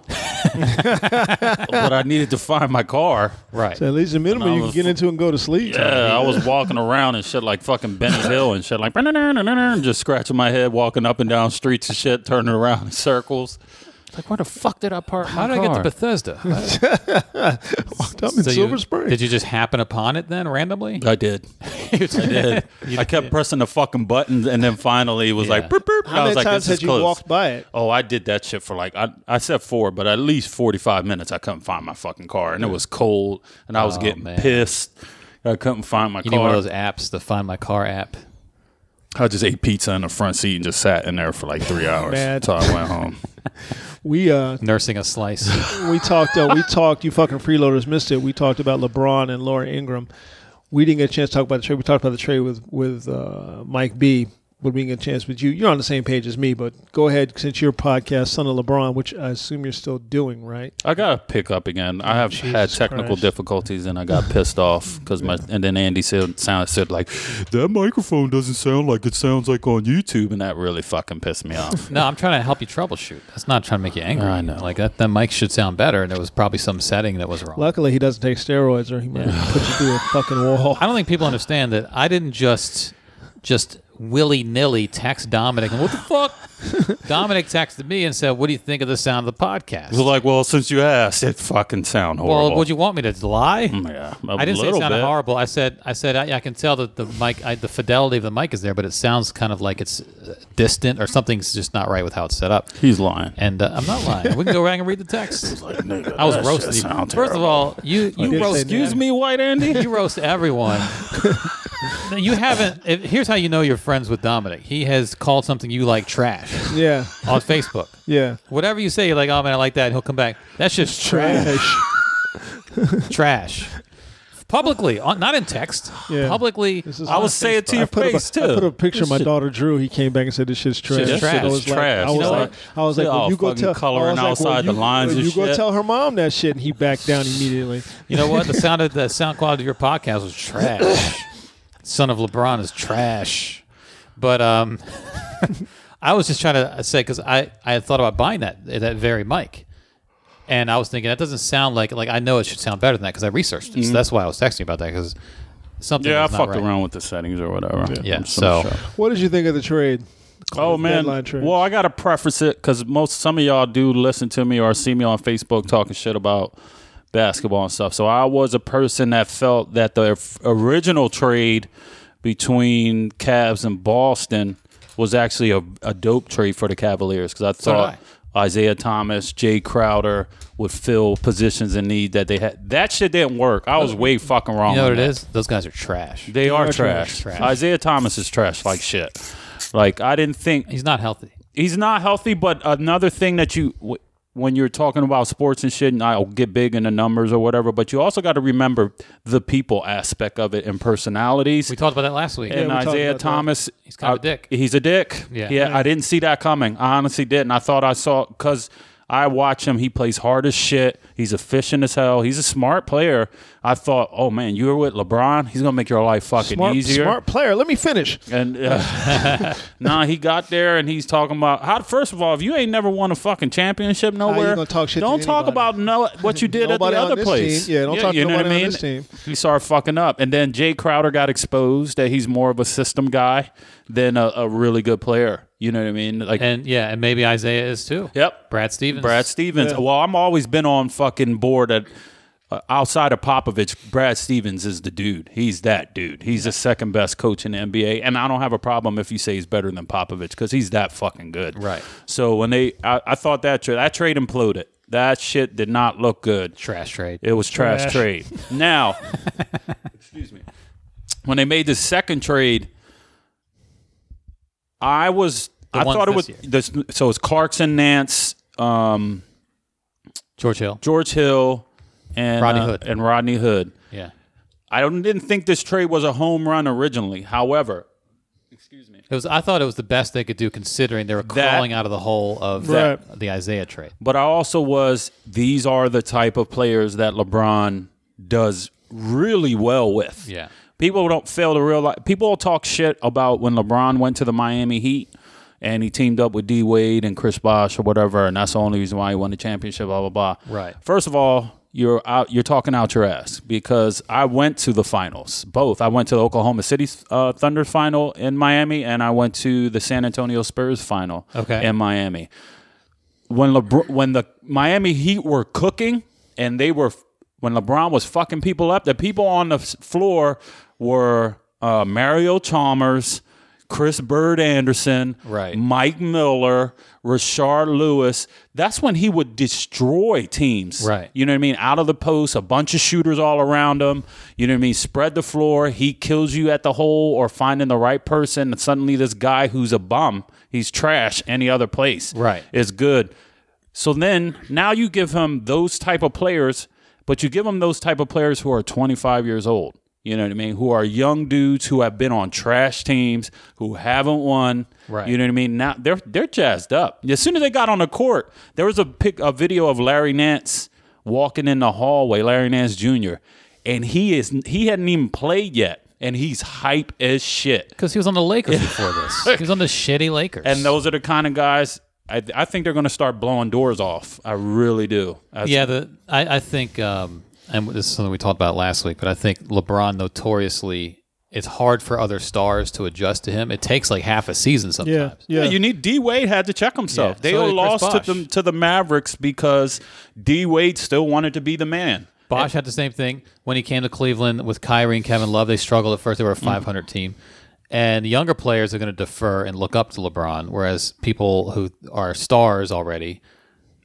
Speaker 4: but I needed to find my car.
Speaker 6: Right.
Speaker 5: So at least the minimum
Speaker 4: No, it
Speaker 5: you can
Speaker 4: was-
Speaker 5: get into and go to sleep.
Speaker 4: Yeah, I was walking around and shit like fucking Benny Hill and shit like and just scratching my head, walking up and down streets and shit, turning around in circles. Like, where the fuck did I park
Speaker 6: How
Speaker 4: my
Speaker 6: did I get to
Speaker 4: car?
Speaker 6: Bethesda? I-
Speaker 5: Fucked up in
Speaker 6: so
Speaker 5: Silver
Speaker 6: you-
Speaker 5: Spring.
Speaker 6: Did you just happen upon it then randomly?
Speaker 4: I did. I did. I kept pressing the fucking buttons, and then finally it was like, burp, burp.
Speaker 5: How
Speaker 4: I
Speaker 5: many
Speaker 4: was like,
Speaker 5: times
Speaker 4: this
Speaker 5: had
Speaker 4: is
Speaker 5: you
Speaker 4: close.
Speaker 5: walked by it?
Speaker 4: Oh, I did that shit for like I, I said four, but at least forty five minutes. I couldn't find my fucking car, and it was cold, and I
Speaker 5: Oh,
Speaker 4: was getting
Speaker 6: man.
Speaker 4: pissed. I couldn't find my
Speaker 6: You need one
Speaker 4: car.
Speaker 6: of those apps, the Find My Car app.
Speaker 4: I just ate pizza in the front seat and just sat in there for like three hours
Speaker 5: Mad.
Speaker 4: until I went home.
Speaker 5: We uh
Speaker 6: Nursing a slice.
Speaker 5: we talked uh, we talked you fucking freeloaders missed it. We talked about LeBron and Laura Ingram. We didn't get a chance to talk about the trade. We talked about the trade with with uh, Mike B. But we didn't get a chance with you. You're on the same page as me, but go ahead since your podcast, Son of LeBron, which I assume you're still doing, right?
Speaker 4: I got to pick up again. I have had
Speaker 5: Jesus
Speaker 4: technical
Speaker 5: Christ.
Speaker 4: difficulties and I got pissed off because my and then Andy said sound said like that microphone doesn't sound like it sounds like on YouTube and that really fucking pissed me off.
Speaker 6: no, I'm trying to help you troubleshoot. That's not trying to make you angry.
Speaker 4: I know.
Speaker 6: Like that, that mic should sound better, and there was probably some setting that was wrong.
Speaker 5: Luckily, he doesn't take steroids, or he might put you through a fucking wall.
Speaker 6: I don't think people understand that I didn't just just willy nilly text Dominic and what the fuck? Dominic texted me and said, "What do you think of the sound of the podcast?"
Speaker 4: I was like, well, since you asked, it fucking sound horrible. Mm-hmm.
Speaker 6: well, would you want me to lie?
Speaker 4: Yeah,
Speaker 6: I didn't say it
Speaker 4: little
Speaker 6: sounded
Speaker 4: bit.
Speaker 6: horrible. I said, I said, I, I can tell that the mic, I, the fidelity of the mic is there, but it sounds kind of like it's uh, distant or something's just not right with how it's set up.
Speaker 4: He's lying.
Speaker 6: And uh, I'm not lying. We can go around and read the text. I was roasting. you. First of all, you you
Speaker 5: did
Speaker 6: roast.
Speaker 5: say Excuse that.
Speaker 6: me, White Andy. You roast everyone. No, you haven't. If, here's how you know you're friends with Dominic. He has called something you like trash
Speaker 5: Yeah,
Speaker 6: on Facebook.
Speaker 5: yeah.
Speaker 6: Whatever you say, you're like, oh man, I like that. And he'll come back. That's just trash.
Speaker 5: Trash.
Speaker 6: trash. Publicly, on, not in text.
Speaker 5: Yeah.
Speaker 6: Publicly,
Speaker 5: This is
Speaker 4: I would say it to your
Speaker 5: put up a-
Speaker 4: face
Speaker 5: I
Speaker 4: too.
Speaker 5: put up a picture of my daughter Drew. He came back and said this shit's trash.
Speaker 6: Shit's trash.
Speaker 5: I was
Speaker 6: It's
Speaker 5: like,
Speaker 4: trash.
Speaker 5: I was
Speaker 6: You know
Speaker 5: like, I was
Speaker 4: what? They
Speaker 5: like, well, you
Speaker 4: all
Speaker 5: go
Speaker 4: fucking
Speaker 5: tell
Speaker 4: coloring
Speaker 5: I was
Speaker 4: outside
Speaker 5: like, well,
Speaker 4: the
Speaker 5: you-
Speaker 4: lines
Speaker 5: well,
Speaker 4: and
Speaker 5: You go
Speaker 4: shit.
Speaker 5: tell her mom that shit, and he backed down immediately.
Speaker 6: You know what? The sound of the sound quality of your podcast was trash. Son of LeBron is trash. But um, I was just trying to say because I I had thought about buying that that very mic, and I was thinking that doesn't sound like like I know it should sound better than that because I researched it. So that's why I was texting you about that because something.
Speaker 4: Mm-hmm. yeah, I
Speaker 6: was not
Speaker 4: fucked
Speaker 6: right.
Speaker 4: around with the settings or whatever.
Speaker 6: Yeah,
Speaker 4: I'm
Speaker 6: so
Speaker 4: sure.
Speaker 5: What did you think of the trade?
Speaker 4: Oh man!
Speaker 5: Deadline trades.
Speaker 4: Well, I gotta preface it because most some of y'all do listen to me or see me on Facebook talking shit about basketball and stuff. So I was a person that felt that the f- original trade between Cavs and Boston was actually a, a dope trade for the Cavaliers because I
Speaker 6: did
Speaker 4: thought Isaiah Thomas, Jay Crowder would fill positions in need that they had. That shit didn't work. I was way fucking wrong.
Speaker 6: you know what
Speaker 4: on
Speaker 6: it
Speaker 4: that.
Speaker 6: is? Those guys are trash.
Speaker 4: They are, trash.
Speaker 6: trash. Trash.
Speaker 4: Isaiah Thomas is trash like shit. Like I didn't think
Speaker 6: He's not healthy.
Speaker 4: he's not healthy. But another thing that you, w- when you're talking about sports and shit, and I'll get big in the numbers or whatever, but you also got to remember the people aspect of it and personalities.
Speaker 6: We talked about that last week.
Speaker 4: and
Speaker 5: we talked
Speaker 4: Isaiah
Speaker 5: about that.
Speaker 4: Thomas,
Speaker 6: He's kind of a
Speaker 4: I-
Speaker 6: dick.
Speaker 4: He's a dick.
Speaker 6: Yeah.
Speaker 4: I didn't see that coming. I honestly didn't. I thought I saw because I watch him. He plays hard as shit. He's efficient as hell. He's a smart player. I thought, oh man, you were with LeBron. He's gonna make your life fucking
Speaker 5: Smart,
Speaker 4: easier.
Speaker 5: smart player. Let me finish.
Speaker 4: And uh, nah, he got there and he's talking about how. First of all, if you ain't never won a fucking championship nowhere,
Speaker 5: gonna talk shit to
Speaker 4: don't talk
Speaker 5: anybody?
Speaker 4: about no, what you did at the
Speaker 5: Nobody on
Speaker 4: other
Speaker 5: this
Speaker 4: place.
Speaker 5: team. Yeah, don't talk to
Speaker 4: you know what I
Speaker 5: nobody on
Speaker 4: mean.
Speaker 5: this team.
Speaker 4: He started fucking up, and then Jay Crowder got exposed that he's more of a system guy than a, a really good player. You know what I mean? Like,
Speaker 6: And yeah, and maybe Isaiah is too.
Speaker 4: Yep.
Speaker 6: Brad Stevens.
Speaker 4: Brad Stevens. Well, I'm always been on fucking board at uh, outside of Popovich. Brad Stevens is the dude. He's that dude. He's the second best coach in the NBA, and I don't have a problem if you say he's better than Popovich because he's that fucking good.
Speaker 6: Right.
Speaker 4: So when they, I, I thought that trade, that trade imploded. That shit did not look good.
Speaker 6: Trash trade.
Speaker 4: It was trash,
Speaker 5: Trash.
Speaker 4: trade. Now, excuse me. When they made the second trade, I was I
Speaker 6: ones
Speaker 4: thought it
Speaker 6: this
Speaker 4: was
Speaker 6: year.
Speaker 4: this, so it's Clarkson, Nance, um,
Speaker 6: George Hill.
Speaker 4: George Hill, and
Speaker 6: Rodney
Speaker 4: uh,
Speaker 6: Hood.
Speaker 4: and Rodney Hood.
Speaker 6: Yeah.
Speaker 4: I don't, didn't think this trade was a home run originally. However,
Speaker 6: It was. I thought it was the best they could do, considering they were
Speaker 4: That-
Speaker 6: crawling out of the hole of
Speaker 5: Right.
Speaker 6: that- the Isaiah trade.
Speaker 4: but I also was these are the type of players that LeBron does really well with.
Speaker 6: Yeah.
Speaker 4: People don't fail to realize people talk shit about when LeBron went to the Miami Heat and he teamed up with D Wade and Chris Bosh or whatever, and that's the only reason why he won the championship, blah blah blah.
Speaker 6: Right.
Speaker 4: First of all, you're out you're talking out your ass because I went to the finals. Both. I went to the Oklahoma City uh, Thunder final in Miami and I went to the San Antonio Spurs final
Speaker 6: Okay.
Speaker 4: in Miami. when LeBron, when the Miami Heat were cooking and they were when LeBron was fucking people up, the people on the s- floor were uh, Mario Chalmers, Chris Bird Anderson,
Speaker 6: Right.
Speaker 4: Mike Miller, Rashard Lewis. That's when he would destroy teams.
Speaker 6: Right.
Speaker 4: You know what I mean? Out of the post, a bunch of shooters all around him. You know what I mean? Spread the floor. He kills you at the hole or finding the right person. And suddenly, this guy who's a bum, he's trash any other place
Speaker 6: Right.
Speaker 4: is good. So then now you give him those type of players, but you give him those type of players who are 25 years old. You know what I mean? Who are young dudes who have been on trash teams, who haven't won.
Speaker 6: Right.
Speaker 4: You know what I mean? Now they're they're jazzed up. As soon as they got on the court, there was a pic a video of Larry Nance walking in the hallway, Larry Nance Jr. And he is he hadn't even played yet. And he's hype as shit.
Speaker 6: Because he was on the Lakers before this. He was on the shitty Lakers.
Speaker 4: And those are the kind of guys I, I think they're going to start blowing doors off. I really do. That's-
Speaker 6: yeah, the I, I think, um, and this is something we talked about last week, but I think LeBron notoriously, it's hard for other stars to adjust to him. It takes like half a season
Speaker 5: Yeah,
Speaker 6: sometimes.
Speaker 5: yeah.
Speaker 4: You need D Wade had to check himself.
Speaker 6: Yeah,
Speaker 4: they
Speaker 6: so did Chris
Speaker 4: lost to
Speaker 6: Bosh.
Speaker 4: the to the Mavericks because D Wade still wanted to be the man.
Speaker 6: Bosch had the same thing when he came to Cleveland with Kyrie and Kevin Love. They struggled at first; they were
Speaker 4: Mm.
Speaker 6: a 500 team, and younger players are going to defer and look up to LeBron, whereas people who are stars already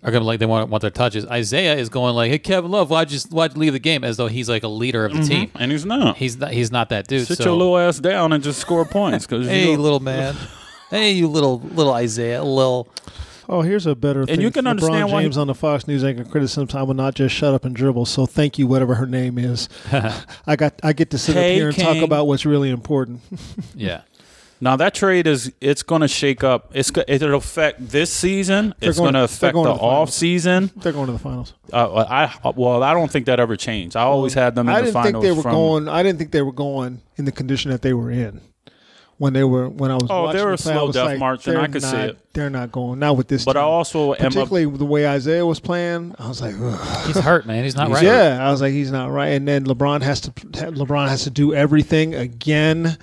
Speaker 6: are going to like they want want their touches. Isaiah is going like, "Hey, Kevin Love, why'd you why'd you leave the game?" As though he's like a leader of the team.
Speaker 4: Mm-hmm. And he's not.
Speaker 6: He's not, he's not that dude.
Speaker 4: Sit
Speaker 6: so-
Speaker 4: your little ass down and just score points. Cause
Speaker 6: hey,
Speaker 4: you-
Speaker 6: little man. hey, you little little Isaiah, little.
Speaker 5: Oh, here's a better thing.
Speaker 4: you can
Speaker 5: LeBron
Speaker 4: understand why he-
Speaker 5: James on the Fox News anchor criticisms. I will not just shut up and dribble. So thank you, whatever her name is. I got. I get to sit
Speaker 4: Tay
Speaker 5: up here and
Speaker 4: King.
Speaker 5: talk about what's really important.
Speaker 6: Yeah.
Speaker 4: now that trade is it's going to shake up. It's go- it'll affect this season. it's
Speaker 5: going-
Speaker 4: going to
Speaker 5: they're
Speaker 4: affect
Speaker 5: going
Speaker 4: the
Speaker 5: to the
Speaker 4: off
Speaker 5: finals.
Speaker 4: season.
Speaker 5: They're going to the finals.
Speaker 4: Uh, I well, I don't think that ever changed. I always had them in
Speaker 5: I
Speaker 4: the
Speaker 5: didn't
Speaker 4: finals.
Speaker 5: think they were
Speaker 4: from,
Speaker 5: going. I didn't think they were going in the condition that they were in when they were when I was.
Speaker 4: Oh, they
Speaker 5: watching
Speaker 4: were
Speaker 5: the
Speaker 4: a
Speaker 5: play, I
Speaker 4: slow
Speaker 5: was
Speaker 4: death
Speaker 5: like,
Speaker 4: march, and
Speaker 5: they're
Speaker 4: I could see
Speaker 5: not-
Speaker 4: it.
Speaker 5: They're not going not with this.
Speaker 4: But I
Speaker 5: team.
Speaker 4: also am a-
Speaker 5: particularly with the way Isaiah was playing. I was like, ugh.
Speaker 6: He's hurt, man. He's not right.
Speaker 5: yeah, I was like, he's not right. And then LeBron has to LeBron has to do everything again.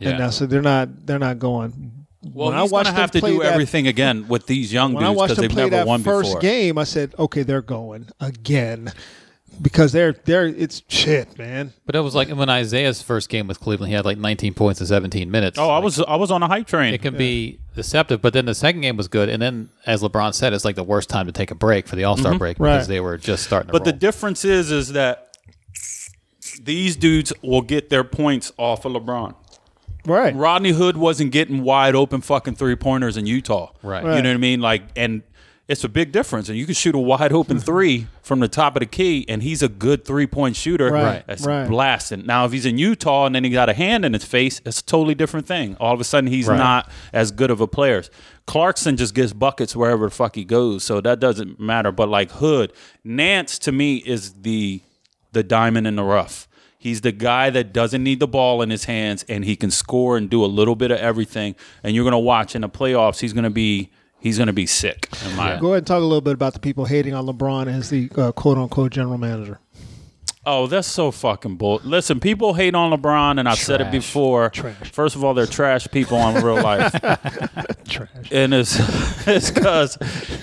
Speaker 6: Yeah.
Speaker 5: And now, so they're not they're not going.
Speaker 4: Well, he's
Speaker 5: When
Speaker 4: going to
Speaker 5: watched
Speaker 4: have to
Speaker 5: them play
Speaker 4: do
Speaker 5: that-
Speaker 4: everything again with these young
Speaker 5: When I
Speaker 4: dudes
Speaker 5: watched
Speaker 4: because
Speaker 5: them
Speaker 4: they've
Speaker 5: play
Speaker 4: never
Speaker 5: that
Speaker 4: won
Speaker 5: first
Speaker 4: before.
Speaker 5: game, I said, okay, they're going again because they're they're it's shit, man.
Speaker 6: But it was like when Isaiah's first game with Cleveland, he had like 19 points in 17 minutes.
Speaker 4: Oh, I was I was on a hype train.
Speaker 6: It can be deceptive, but then the second game was good, and then as LeBron said, it's like the worst time to take a break for the All Star break because
Speaker 5: Right.
Speaker 6: they were just starting. To
Speaker 4: Mm-hmm. But the
Speaker 6: roll.
Speaker 4: difference is, is that these dudes will get their points off of LeBron.
Speaker 5: Right.
Speaker 4: Rodney Hood wasn't getting wide open fucking three pointers in Utah.
Speaker 6: Right.
Speaker 4: You
Speaker 5: Right.
Speaker 4: know what I mean? Like, and it's a big difference. And you can shoot a wide open three from the top of the key, and he's a good three point shooter.
Speaker 5: Right.
Speaker 4: That's
Speaker 5: Right.
Speaker 4: blasting. Now, if he's in Utah and then he got a hand in his face, it's a totally different thing. All of a sudden, he's
Speaker 6: Right.
Speaker 4: not as good of a player. Clarkson just gets buckets wherever the fuck he goes, so that doesn't matter. But like Hood, Nance to me is the the diamond in the rough. He's the guy that doesn't need the ball in his hands and he can score and do a little bit of everything. And you're gonna watch in the playoffs, he's gonna be he's gonna be sick. In my
Speaker 5: Go ahead and talk a little bit about the people hating on LeBron as the uh, quote unquote general manager.
Speaker 4: Oh, that's so fucking bull. Listen, people hate on LeBron, and I've said it
Speaker 6: Trash.
Speaker 4: before. First of all, they're trash people in real life.
Speaker 5: Trash.
Speaker 4: and it's it's because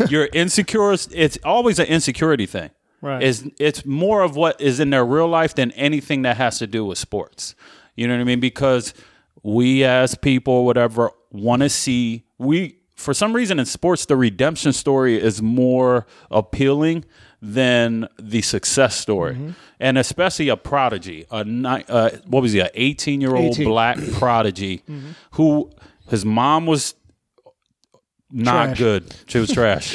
Speaker 4: you're insecure. It's always an insecurity thing.
Speaker 5: Right.
Speaker 4: It's it's more of what is in their real life than anything that has to do with sports. You know what I mean? Because we as people, whatever, want to see we for some reason in sports the redemption story is more appealing than the success story, and especially a prodigy, a ni- uh, what was he, a eighteen year old
Speaker 5: 18.
Speaker 4: black prodigy who his mom was not
Speaker 5: Trash.
Speaker 4: good. She was trash.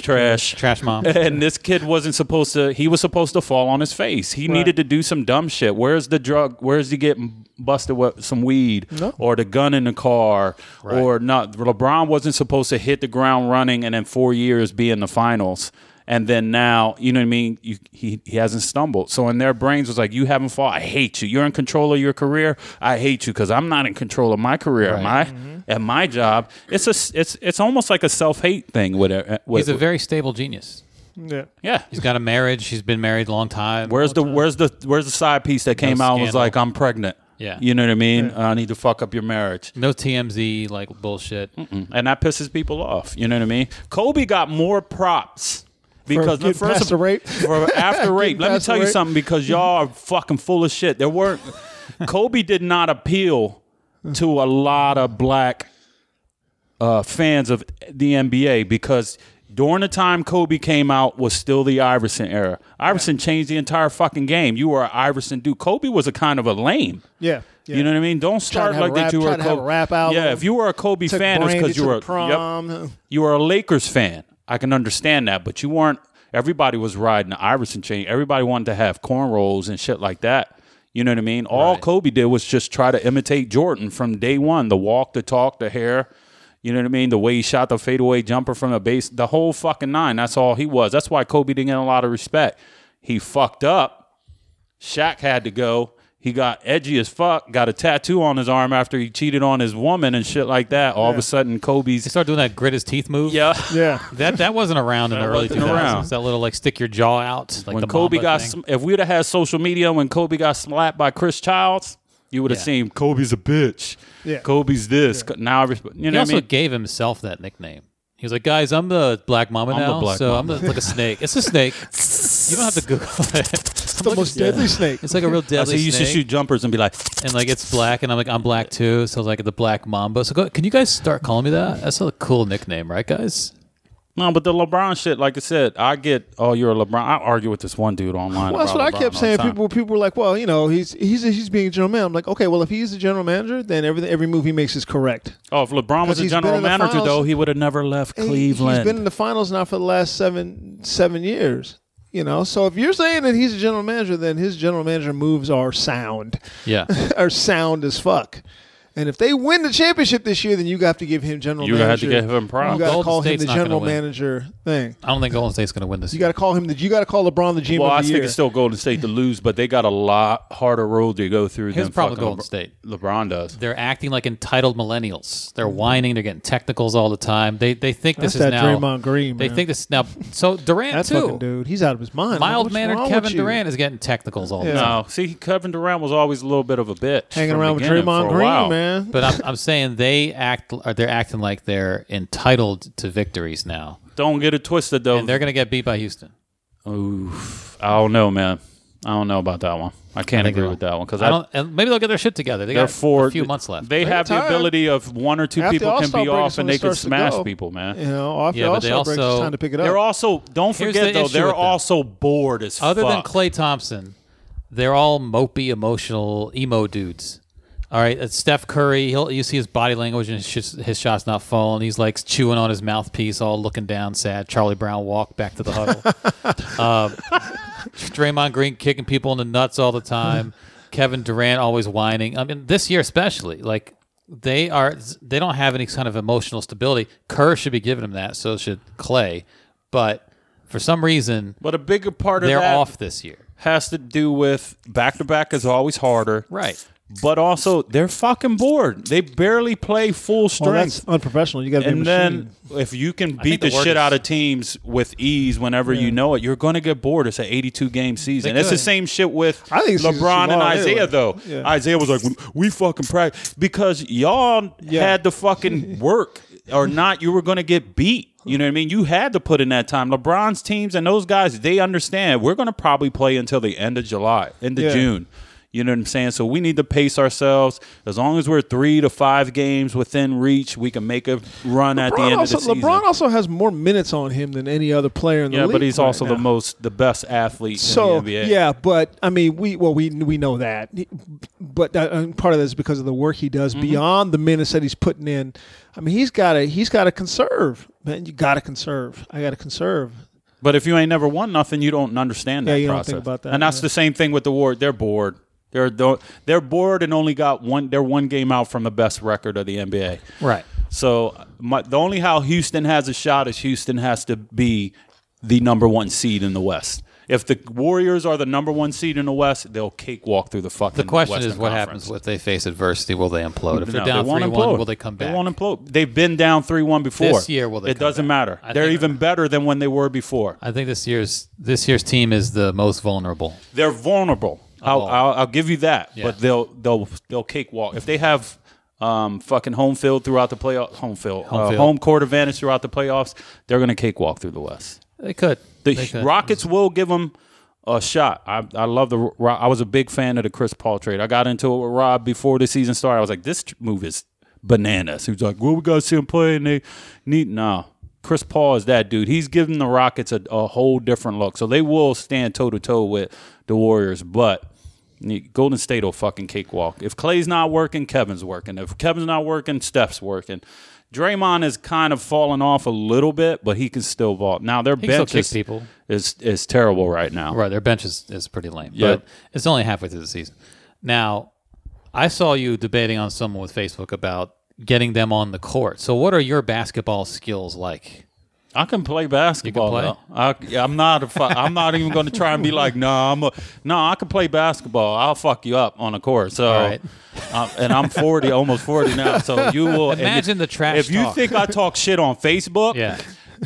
Speaker 4: trash.
Speaker 6: trash, mom.
Speaker 4: and this kid wasn't supposed to he was supposed to fall on his face. He needed to do some dumb shit. Where's the drug? Where's he getting busted with some weed or the gun in the car or not LeBron wasn't supposed to hit the ground running and in 4 years be in the finals. And then now, you know what I mean? You, he, he hasn't stumbled. So in their brains was like, you haven't fought. I hate you. You're in control of your career. I hate you because I'm not in control of my career. Am I?
Speaker 6: Mm-hmm.
Speaker 4: At my job, it's a s- it's it's almost like a self hate thing. With, it- with
Speaker 6: He's a very stable genius.
Speaker 5: Yeah.
Speaker 4: yeah.
Speaker 6: He's got a marriage. He's been married a long time.
Speaker 4: Where's the where's the where's the side piece that came out and was
Speaker 6: scandal.
Speaker 4: like I'm pregnant?
Speaker 6: Yeah.
Speaker 4: You know what I mean? I need to fuck up your marriage.
Speaker 6: No TMZ like bullshit.
Speaker 4: And that pisses people off. You know what I mean? Kobe got more props because
Speaker 5: getting
Speaker 4: first
Speaker 5: past the rape?
Speaker 4: for after rape. Let me
Speaker 5: past the
Speaker 4: tell you
Speaker 5: rape?
Speaker 4: something because y'all are fucking full of shit. There weren't Kobe did not appeal to a lot of black uh, fans of the NBA because during the time Kobe came out was still the Iverson era. Iverson changed the entire fucking game. You were an Iverson dude. Kobe was a kind of a lame.
Speaker 5: Yeah, yeah.
Speaker 4: You know what I mean? Don't start
Speaker 5: Trying to have
Speaker 4: like
Speaker 5: a
Speaker 4: that.
Speaker 5: rap-
Speaker 4: You were
Speaker 5: trying to have a
Speaker 4: Kobe-
Speaker 5: rap album.
Speaker 4: Yeah, if you were a Kobe
Speaker 5: Took
Speaker 4: fan, it's
Speaker 5: Brandy
Speaker 4: because you
Speaker 5: to
Speaker 4: were
Speaker 5: the
Speaker 4: yep.
Speaker 5: prom.
Speaker 4: you were a Lakers fan. I can understand that, but you weren't. Everybody was riding the Iverson chain. Everybody wanted to have cornrows and shit like that. You know what I mean? All Kobe did was just try to imitate Jordan from day one. The walk, the talk, the hair. You know what I mean? The way he shot the fadeaway jumper from the base, the whole fucking nine. That's all he was. That's why Kobe didn't get a lot of respect. He fucked up. Shaq had to go. He got edgy as fuck, got a tattoo on his arm after he cheated on his woman and shit like that. All of a sudden,
Speaker 6: They
Speaker 4: Kobe's.
Speaker 6: start doing that grit his teeth move.
Speaker 4: Yeah.
Speaker 5: Yeah.
Speaker 6: That that wasn't around in the early
Speaker 4: wasn't
Speaker 6: 2000s.
Speaker 4: around.
Speaker 6: That little like stick your jaw out. Like
Speaker 4: when
Speaker 6: the
Speaker 4: Kobe
Speaker 6: Mamba
Speaker 4: got,
Speaker 6: thing.
Speaker 4: sm- if we'd have had social media when Kobe got slapped by Chris Childs, you would have
Speaker 6: Yeah.
Speaker 4: seen Kobe's a bitch.
Speaker 5: Yeah.
Speaker 4: Kobe's this. Co- Now, every- you
Speaker 6: He
Speaker 4: know what I
Speaker 6: also
Speaker 4: mean?
Speaker 6: gave himself that nickname. He was like, guys, I'm the black mama
Speaker 4: I'm the
Speaker 6: now,
Speaker 4: black
Speaker 6: so
Speaker 4: mama."
Speaker 6: I'm the, like a snake. It's a snake. you don't have to Google it.
Speaker 5: It's the most deadly snake.
Speaker 6: It's like a real
Speaker 4: I
Speaker 6: deadly
Speaker 4: said, you should
Speaker 6: snake,
Speaker 4: shoot jumpers and be like,
Speaker 6: and like it's black, and I'm like I'm black too, so like the black mamba. So go, can you guys start calling me that? That's a cool nickname, right, guys?
Speaker 4: no, but the LeBron shit, like I said, I get, oh, you're a LeBron. I argue with this one dude online.
Speaker 5: Well, that's what
Speaker 4: about
Speaker 5: I
Speaker 4: LeBron
Speaker 5: kept
Speaker 4: all the
Speaker 5: saying.
Speaker 4: time.
Speaker 5: People, people were like, "Well, you know, he's he's he's being a general manager." I'm like, "Okay, well, if he's a general manager, then every every move he makes is correct."
Speaker 4: Oh, if LeBron was
Speaker 5: Because
Speaker 4: a
Speaker 5: he's been
Speaker 4: general
Speaker 5: in the
Speaker 4: manager,
Speaker 5: finals.
Speaker 4: though, he would have never left
Speaker 5: And he-
Speaker 4: Cleveland.
Speaker 5: He's been in the finals now for the last seven seven years. You know, so if you're saying that he's a general manager, then his general manager moves are sound,
Speaker 6: Yeah.
Speaker 5: are sound as fuck. And if they win the championship this year, then you have to give him general.
Speaker 4: You have to
Speaker 5: manager.
Speaker 4: give him props.
Speaker 5: You got to
Speaker 6: Golden
Speaker 5: call
Speaker 6: State's
Speaker 5: him the
Speaker 6: not gonna
Speaker 5: general
Speaker 6: win.
Speaker 5: manager thing.
Speaker 6: I don't think Golden State's going to win this.
Speaker 5: You got to call him the. You got to call LeBron the GM
Speaker 4: Well,
Speaker 5: of the
Speaker 4: I think
Speaker 5: year.
Speaker 4: it's still Golden State to lose, but they got a lot harder road to go through than
Speaker 6: Here's the problem
Speaker 4: fucking
Speaker 6: with Golden
Speaker 4: LeBron-
Speaker 6: State.
Speaker 4: LeBron does.
Speaker 6: They're acting like entitled millennials. They're whining. They're getting technicals all the time. They they think
Speaker 5: That's
Speaker 6: this
Speaker 5: that
Speaker 6: is now
Speaker 5: Draymond Green,
Speaker 6: They
Speaker 5: man.
Speaker 6: think this is now. So Durant
Speaker 5: that
Speaker 6: too.
Speaker 5: fucking dude. He's out of his mind.
Speaker 6: Mild
Speaker 5: man.
Speaker 6: mannered Kevin Durant is getting technicals all the
Speaker 5: Yeah.
Speaker 6: time.
Speaker 4: No, see, Kevin Durant was always a little bit of a bitch,
Speaker 5: hanging
Speaker 4: from
Speaker 5: around with
Speaker 4: beginning
Speaker 5: Draymond
Speaker 4: for a
Speaker 5: Green,
Speaker 4: while.
Speaker 5: man.
Speaker 6: But I'm, I'm saying they act or they're acting like they're entitled to victories now,
Speaker 4: Don't get it twisted though.
Speaker 6: and they're going to get beat by Houston.
Speaker 4: Oof. I don't know, man. I don't know about that one. I can't agree with that one because
Speaker 6: I don't. And maybe they'll get their shit together. They
Speaker 4: They're
Speaker 6: got
Speaker 4: four
Speaker 6: a few months left.
Speaker 4: They have the
Speaker 5: tired.
Speaker 4: ability of one or two
Speaker 5: After
Speaker 4: people
Speaker 5: All-Star
Speaker 4: can be
Speaker 5: break is
Speaker 4: off
Speaker 5: when
Speaker 4: and
Speaker 5: it
Speaker 4: they can
Speaker 5: starts to
Speaker 4: smash
Speaker 5: go.
Speaker 4: people, man.
Speaker 5: You know, off
Speaker 6: Yeah,
Speaker 5: the
Speaker 6: but
Speaker 5: All
Speaker 6: they
Speaker 5: Star break, it's
Speaker 6: also-
Speaker 5: time to pick it up.
Speaker 4: They're also don't
Speaker 6: Here's
Speaker 4: forget
Speaker 6: the
Speaker 4: though
Speaker 6: issue
Speaker 4: they're
Speaker 6: with them.
Speaker 4: also bored as
Speaker 6: Other
Speaker 4: fuck.
Speaker 6: than Clay Thompson, they're all mopey, emotional, emo dudes. All right, it's Steph Curry. He'll you see his body language and his, sh- his shots not falling. He's like chewing on his mouthpiece, all looking down, sad. Charlie Brown walked back to the huddle. Um, Draymond Green kicking people in the nuts all the time. Kevin Durant always whining. I mean, this year especially, like they are, they don't have any kind of emotional stability. Kerr should be giving them that. So should Clay, but for some reason,
Speaker 4: but a bigger part of
Speaker 6: they're
Speaker 4: that
Speaker 6: off this year.
Speaker 4: has to do with back to back is always harder,
Speaker 6: Right.
Speaker 4: But also they're fucking bored. They barely play full
Speaker 5: well, that's
Speaker 4: strength.
Speaker 5: unprofessional. You got to be a
Speaker 4: and
Speaker 5: machine.
Speaker 4: then if you can beat
Speaker 6: think
Speaker 4: the,
Speaker 6: the word
Speaker 4: shit
Speaker 6: is-
Speaker 4: out of teams with ease whenever you know it, you're going to get bored. It's an 82 game season.
Speaker 6: They
Speaker 4: It's the
Speaker 6: could.
Speaker 4: same shit with
Speaker 5: I think it's
Speaker 4: LeBron and
Speaker 5: long
Speaker 4: Isaiah
Speaker 5: anyway.
Speaker 4: though.
Speaker 5: Yeah.
Speaker 4: Isaiah was like, "We fucking practice because y'all
Speaker 5: Yeah.
Speaker 4: had to fucking work or not, you were going to get beat." You know what I mean? You had to put in that time. LeBron's teams and those guys, they understand. We're going to probably play until the end of July, end of
Speaker 5: Yeah.
Speaker 4: June. You know what I'm saying? So we need to pace ourselves. As long as we're three to five games within reach, we can make a run at the
Speaker 5: LeBron
Speaker 4: end
Speaker 5: also,
Speaker 4: of the season.
Speaker 5: LeBron also has more minutes on him than any other player in the
Speaker 4: yeah,
Speaker 5: league.
Speaker 4: but he's
Speaker 5: right
Speaker 4: also the
Speaker 5: now.
Speaker 4: most, the best athlete
Speaker 5: So
Speaker 4: in the NBA.
Speaker 5: yeah, but I mean, we well we we know that, but that, and part of that is because of the work he
Speaker 4: Mm-hmm.
Speaker 5: does beyond the minutes that he's putting in. I mean, he's got to he's got to conserve, man. You got to conserve. I got to conserve.
Speaker 4: But if you ain't never won nothing, you don't understand that
Speaker 5: Yeah, you don't
Speaker 4: process.
Speaker 5: think about that,
Speaker 4: and that's
Speaker 5: yeah.
Speaker 4: the same thing with the Warriors. They're bored. They're don't- they're bored and only got one. They're one game out from the best record of the NBA.
Speaker 6: Right.
Speaker 4: So my, the only how Houston has a shot is Houston has to be the number one seed in the West. If the Warriors are the number one seed in the West, they'll cakewalk through the fucking.
Speaker 6: The question
Speaker 4: Western
Speaker 6: is, what
Speaker 4: Conference.
Speaker 6: happens if they face adversity? Will they implode? If they're
Speaker 4: No,
Speaker 6: down
Speaker 4: won't
Speaker 6: three one,
Speaker 4: implode.
Speaker 6: will they come back?
Speaker 4: They won't implode. They've been down three one before.
Speaker 6: This year, will they
Speaker 4: It
Speaker 6: come
Speaker 4: doesn't
Speaker 6: back?
Speaker 4: matter.
Speaker 6: I
Speaker 4: they're
Speaker 6: think-
Speaker 4: even better than when they were before.
Speaker 6: I think this year's this year's team is the most vulnerable.
Speaker 4: They're vulnerable. I'll,
Speaker 6: Oh.
Speaker 4: I'll, I'll give you that.
Speaker 6: Yeah.
Speaker 4: But they'll they'll they'll cakewalk if they have um, fucking home field throughout the playoff home field home,
Speaker 6: Home field.
Speaker 4: home court advantage throughout the playoffs. They're gonna cakewalk through the West.
Speaker 6: They could.
Speaker 4: The
Speaker 6: They could.
Speaker 4: Rockets will give them a shot. I, I love the. Ro- I was a big fan of the Chris Paul trade. I got into it with Rob before the season started. I was like, this tr- move is bananas. He was like, well, we got to see him play, and they need no. Chris Paul is that dude. He's giving the Rockets a, a whole different look. So they will stand toe to toe with the Warriors, but. Golden State will fucking cakewalk. If Clay's not working, Kevin's working. If Kevin's not working, Steph's working. Draymond is kind of falling off a little bit, but he can still ball. Now their
Speaker 6: can still
Speaker 4: bench
Speaker 6: kick
Speaker 4: is,
Speaker 6: people.
Speaker 4: is is terrible right now.
Speaker 6: Right, their bench is, is pretty lame.
Speaker 4: Yep.
Speaker 6: But it's only halfway through the season. Now, I saw you debating on someone with Facebook about getting them on the court. So what are your basketball skills like?
Speaker 4: I can play basketball.
Speaker 6: play?
Speaker 4: though. I, yeah, I'm not. A fu- I'm not even going to try and be like, no, I'm. A, no, I can play basketball. I'll fuck you up on the court. So,
Speaker 6: All right.
Speaker 4: um, and I'm 40, almost 40 now. So you will and
Speaker 6: Imagine
Speaker 4: if-
Speaker 6: the trash
Speaker 4: If you
Speaker 6: talk.
Speaker 4: think I talk shit on Facebook,
Speaker 6: Yeah.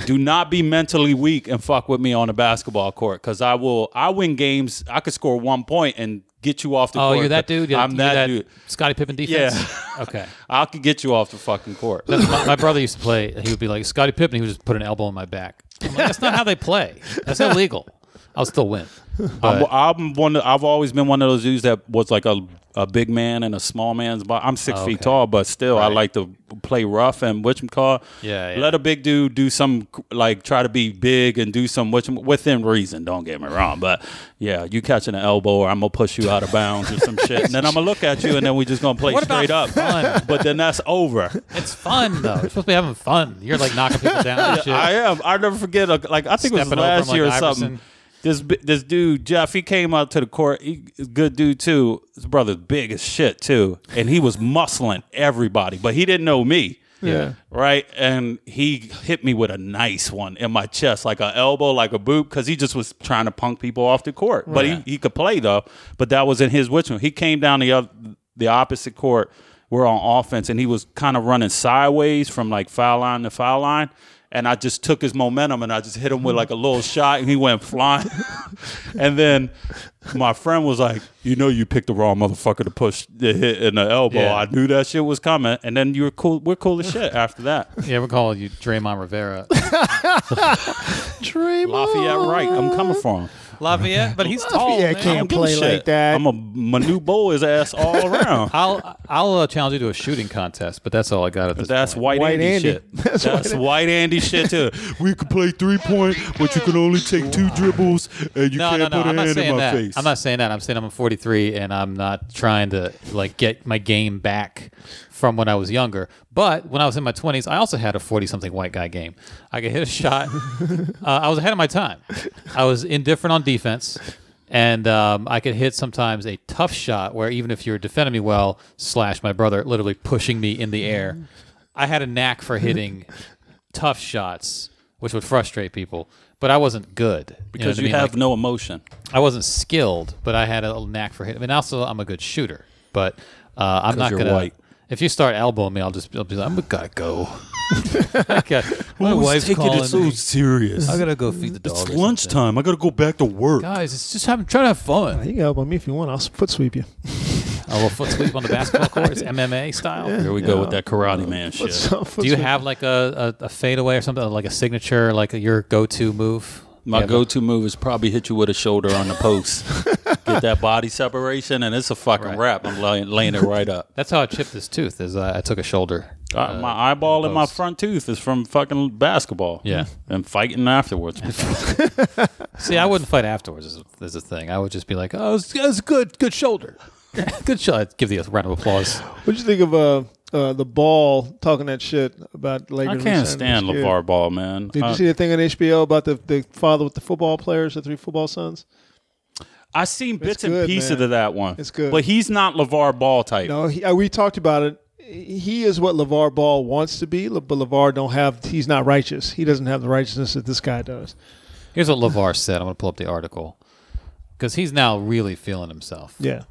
Speaker 4: do not be mentally weak and fuck with me on the basketball court because I will. I win games. I could score one point and get you off the
Speaker 6: Oh,
Speaker 4: court.
Speaker 6: you're that dude? You're-
Speaker 4: I'm
Speaker 6: you're
Speaker 4: that, dude.
Speaker 6: Scottie Pippen defense?
Speaker 4: Yeah.
Speaker 6: okay.
Speaker 4: I could get you off the fucking court.
Speaker 6: my, my brother used to play. He would be like, Scottie Pippen, he would just put an elbow on my back. I'm like, that's not how they play. That's illegal. I'll still win.
Speaker 4: I'm,
Speaker 6: But,
Speaker 4: I'm one. of- I've always been one of those dudes that was like a a big man and a small man's body. I'm six feet
Speaker 6: okay.
Speaker 4: tall, but still, I
Speaker 6: Right.
Speaker 4: like to play rough and which call.
Speaker 6: Yeah, yeah.
Speaker 4: Let a big dude do some like try to be big and do some which within reason. Don't get me wrong, but yeah, you catching an elbow or I'm gonna push you out of bounds or some shit, and then I'm gonna look at you and then we just gonna play
Speaker 6: What about
Speaker 4: straight up.
Speaker 6: fun?
Speaker 4: But then that's over.
Speaker 6: it's fun, though. You're supposed to be having fun. You're like knocking people down and shit.
Speaker 4: I am. I never forget. Like like, I think it was
Speaker 6: Stepping over him
Speaker 4: last
Speaker 6: like
Speaker 4: year or
Speaker 6: Iverson.
Speaker 4: something. This bi- this dude Jeff, he came out to the court. He, he's a good dude too. His brother's big as shit too, and he was muscling everybody, but he didn't know me.
Speaker 5: Yeah.
Speaker 4: Right, and he hit me with a nice one in my chest, like a elbow, like a boot, because he just was trying to punk people off the court. But he, he could play though. But that was in his which one. He came down the other, the opposite court. We're on offense, and he was kind of running sideways from like foul line to foul line. And I just took his momentum, and I just hit him with like a little shot, and he went flying. and then my friend was like, "You know, you picked the wrong motherfucker to push the hit in the elbow.
Speaker 6: Yeah.
Speaker 4: I knew that shit was coming." And then you were cool. We're cool as shit after that.
Speaker 6: yeah, we're calling you Draymond Rivera.
Speaker 4: Lafayette Wright. I'm coming for him.
Speaker 6: Lafayette, but he's tall.
Speaker 5: Lafayette
Speaker 6: man.
Speaker 5: can't
Speaker 4: I don't give a
Speaker 5: play
Speaker 4: shit.
Speaker 5: like that.
Speaker 4: I'm a Manubo his ass all around.
Speaker 6: I'll I'll uh, challenge you to a shooting contest, but that's all I got at this.
Speaker 4: That's
Speaker 6: point.
Speaker 4: white,
Speaker 5: White
Speaker 4: Andy,
Speaker 5: Andy.
Speaker 4: shit. That's, white Andy shit too. We could play three point, but you can only take two dribbles, and you
Speaker 6: no, no,
Speaker 4: can't
Speaker 6: no.
Speaker 4: put
Speaker 6: I'm
Speaker 4: a
Speaker 6: not
Speaker 4: hand in
Speaker 6: saying
Speaker 4: my
Speaker 6: that.
Speaker 4: face.
Speaker 6: I'm not saying that. I'm saying I'm 43 and I'm not trying to like get my game back from when I was younger. But when I was in my 20s, I also had a 40 something white guy game. I could hit a shot. uh, I was ahead of my time. I was indifferent on defense. And um, I could hit sometimes a tough shot where even if you were defending me well, slash my brother literally pushing me in the air. I had a knack for hitting tough shots, which would frustrate people. But I wasn't good You know
Speaker 4: because
Speaker 6: what I
Speaker 4: you
Speaker 6: mean?
Speaker 4: have
Speaker 6: Like,
Speaker 4: no emotion.
Speaker 6: I wasn't skilled, but I had a knack for hitting. I mean, also I'm a good shooter, but uh, I'm not
Speaker 4: you're
Speaker 6: gonna.
Speaker 4: white.
Speaker 6: If you start elbowing me, I'll just I'll be like, I'm gotta go. I got, my wife's calling me.
Speaker 4: serious.
Speaker 6: I gotta go feed the dog. or
Speaker 4: It's
Speaker 6: something.
Speaker 4: lunchtime. I got to go back to work.
Speaker 6: guys. It's just I'm trying to have fun.
Speaker 5: You can elbow me if you want. I'll foot sweep you.
Speaker 6: I will foot sweep on the basketball court. It's MMA style.
Speaker 4: Here we go with that karate man shit.
Speaker 6: Do you have like a, a, a fadeaway or something like a signature, like your go-to move?
Speaker 4: My
Speaker 6: Yeah, but-
Speaker 4: go-to move is probably hit you with a shoulder on the post, get that body separation, and it's a fucking
Speaker 6: Right.
Speaker 4: wrap. I'm laying, laying it right up.
Speaker 6: That's how I chipped this tooth. Is I, I took a shoulder.
Speaker 4: Uh, my eyeball and my
Speaker 6: post.
Speaker 4: front tooth is from fucking basketball.
Speaker 6: Yeah.
Speaker 4: and fighting afterwards.
Speaker 6: See, I wouldn't fight afterwards. Is, is the thing. I would just be like, "Oh, it's, it's good, good shoulder, good shot." Give the round of applause.
Speaker 5: What'd you think of uh, uh, the ball talking that shit about
Speaker 4: I
Speaker 5: Lakers?
Speaker 4: can't
Speaker 5: resigning
Speaker 4: stand
Speaker 5: this kid?
Speaker 4: LeVar Ball, man.
Speaker 5: Did
Speaker 4: Uh,
Speaker 5: you see the thing on HBO about the, the father with the football players, the three football sons?
Speaker 4: I seen bits and
Speaker 5: good,
Speaker 4: pieces
Speaker 5: man.
Speaker 4: of that one.
Speaker 5: It's good.
Speaker 4: but he's not LeVar Ball type.
Speaker 5: No, he, uh, we talked about it. He is what LeVar Ball wants to be, but LeVar don't have. He's not righteous. He doesn't have the righteousness that this guy does.
Speaker 6: Here's what Levar said. I'm going to pull up the article because he's now really feeling himself.
Speaker 5: Yeah,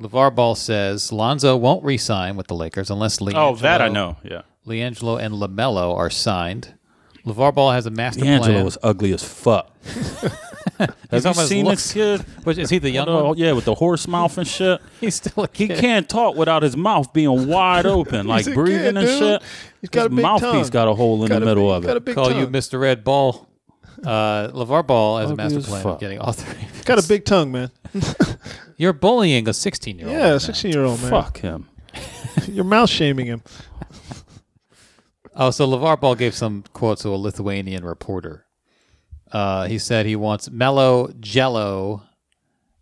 Speaker 6: Levar Ball says Lonzo won't re-sign with the Lakers unless Leangelo,
Speaker 4: Oh, that I know. Yeah,
Speaker 6: Leangelo and Lamelo are signed. Levar Ball has a master
Speaker 4: D'Angelo
Speaker 6: plan.
Speaker 4: was ugly as fuck. Have you
Speaker 6: talking about his
Speaker 4: seen
Speaker 6: looks.
Speaker 4: this kid?
Speaker 6: Which is he the young
Speaker 4: Oh,
Speaker 6: one?
Speaker 4: yeah, with the horse mouth and shit.
Speaker 6: He's still a
Speaker 4: He
Speaker 6: kid.
Speaker 4: can't talk without his mouth being wide open, like
Speaker 5: a
Speaker 4: breathing
Speaker 5: kid,
Speaker 4: and
Speaker 5: dude.
Speaker 4: shit.
Speaker 5: He's got
Speaker 4: his
Speaker 5: a big
Speaker 4: mouthpiece
Speaker 5: tongue.
Speaker 4: got a hole in
Speaker 5: Got
Speaker 4: the
Speaker 5: a
Speaker 4: middle
Speaker 5: big-
Speaker 4: of
Speaker 5: got a
Speaker 4: it.
Speaker 5: big
Speaker 6: call you
Speaker 5: tongue.
Speaker 6: Mr. Red Ball. Uh, LeVar Ball as a
Speaker 4: Ugly
Speaker 6: master
Speaker 4: as
Speaker 6: plan
Speaker 4: fuck.
Speaker 6: getting all three.
Speaker 5: Got a big tongue, man.
Speaker 6: You're bullying a 16 year old.
Speaker 5: Yeah, sixteen year old man.
Speaker 4: Fuck him.
Speaker 5: You're mouth shaming him.
Speaker 6: Oh, so LeVar Ball gave some quote to a Lithuanian reporter. Uh, he said he wants Mello Jello,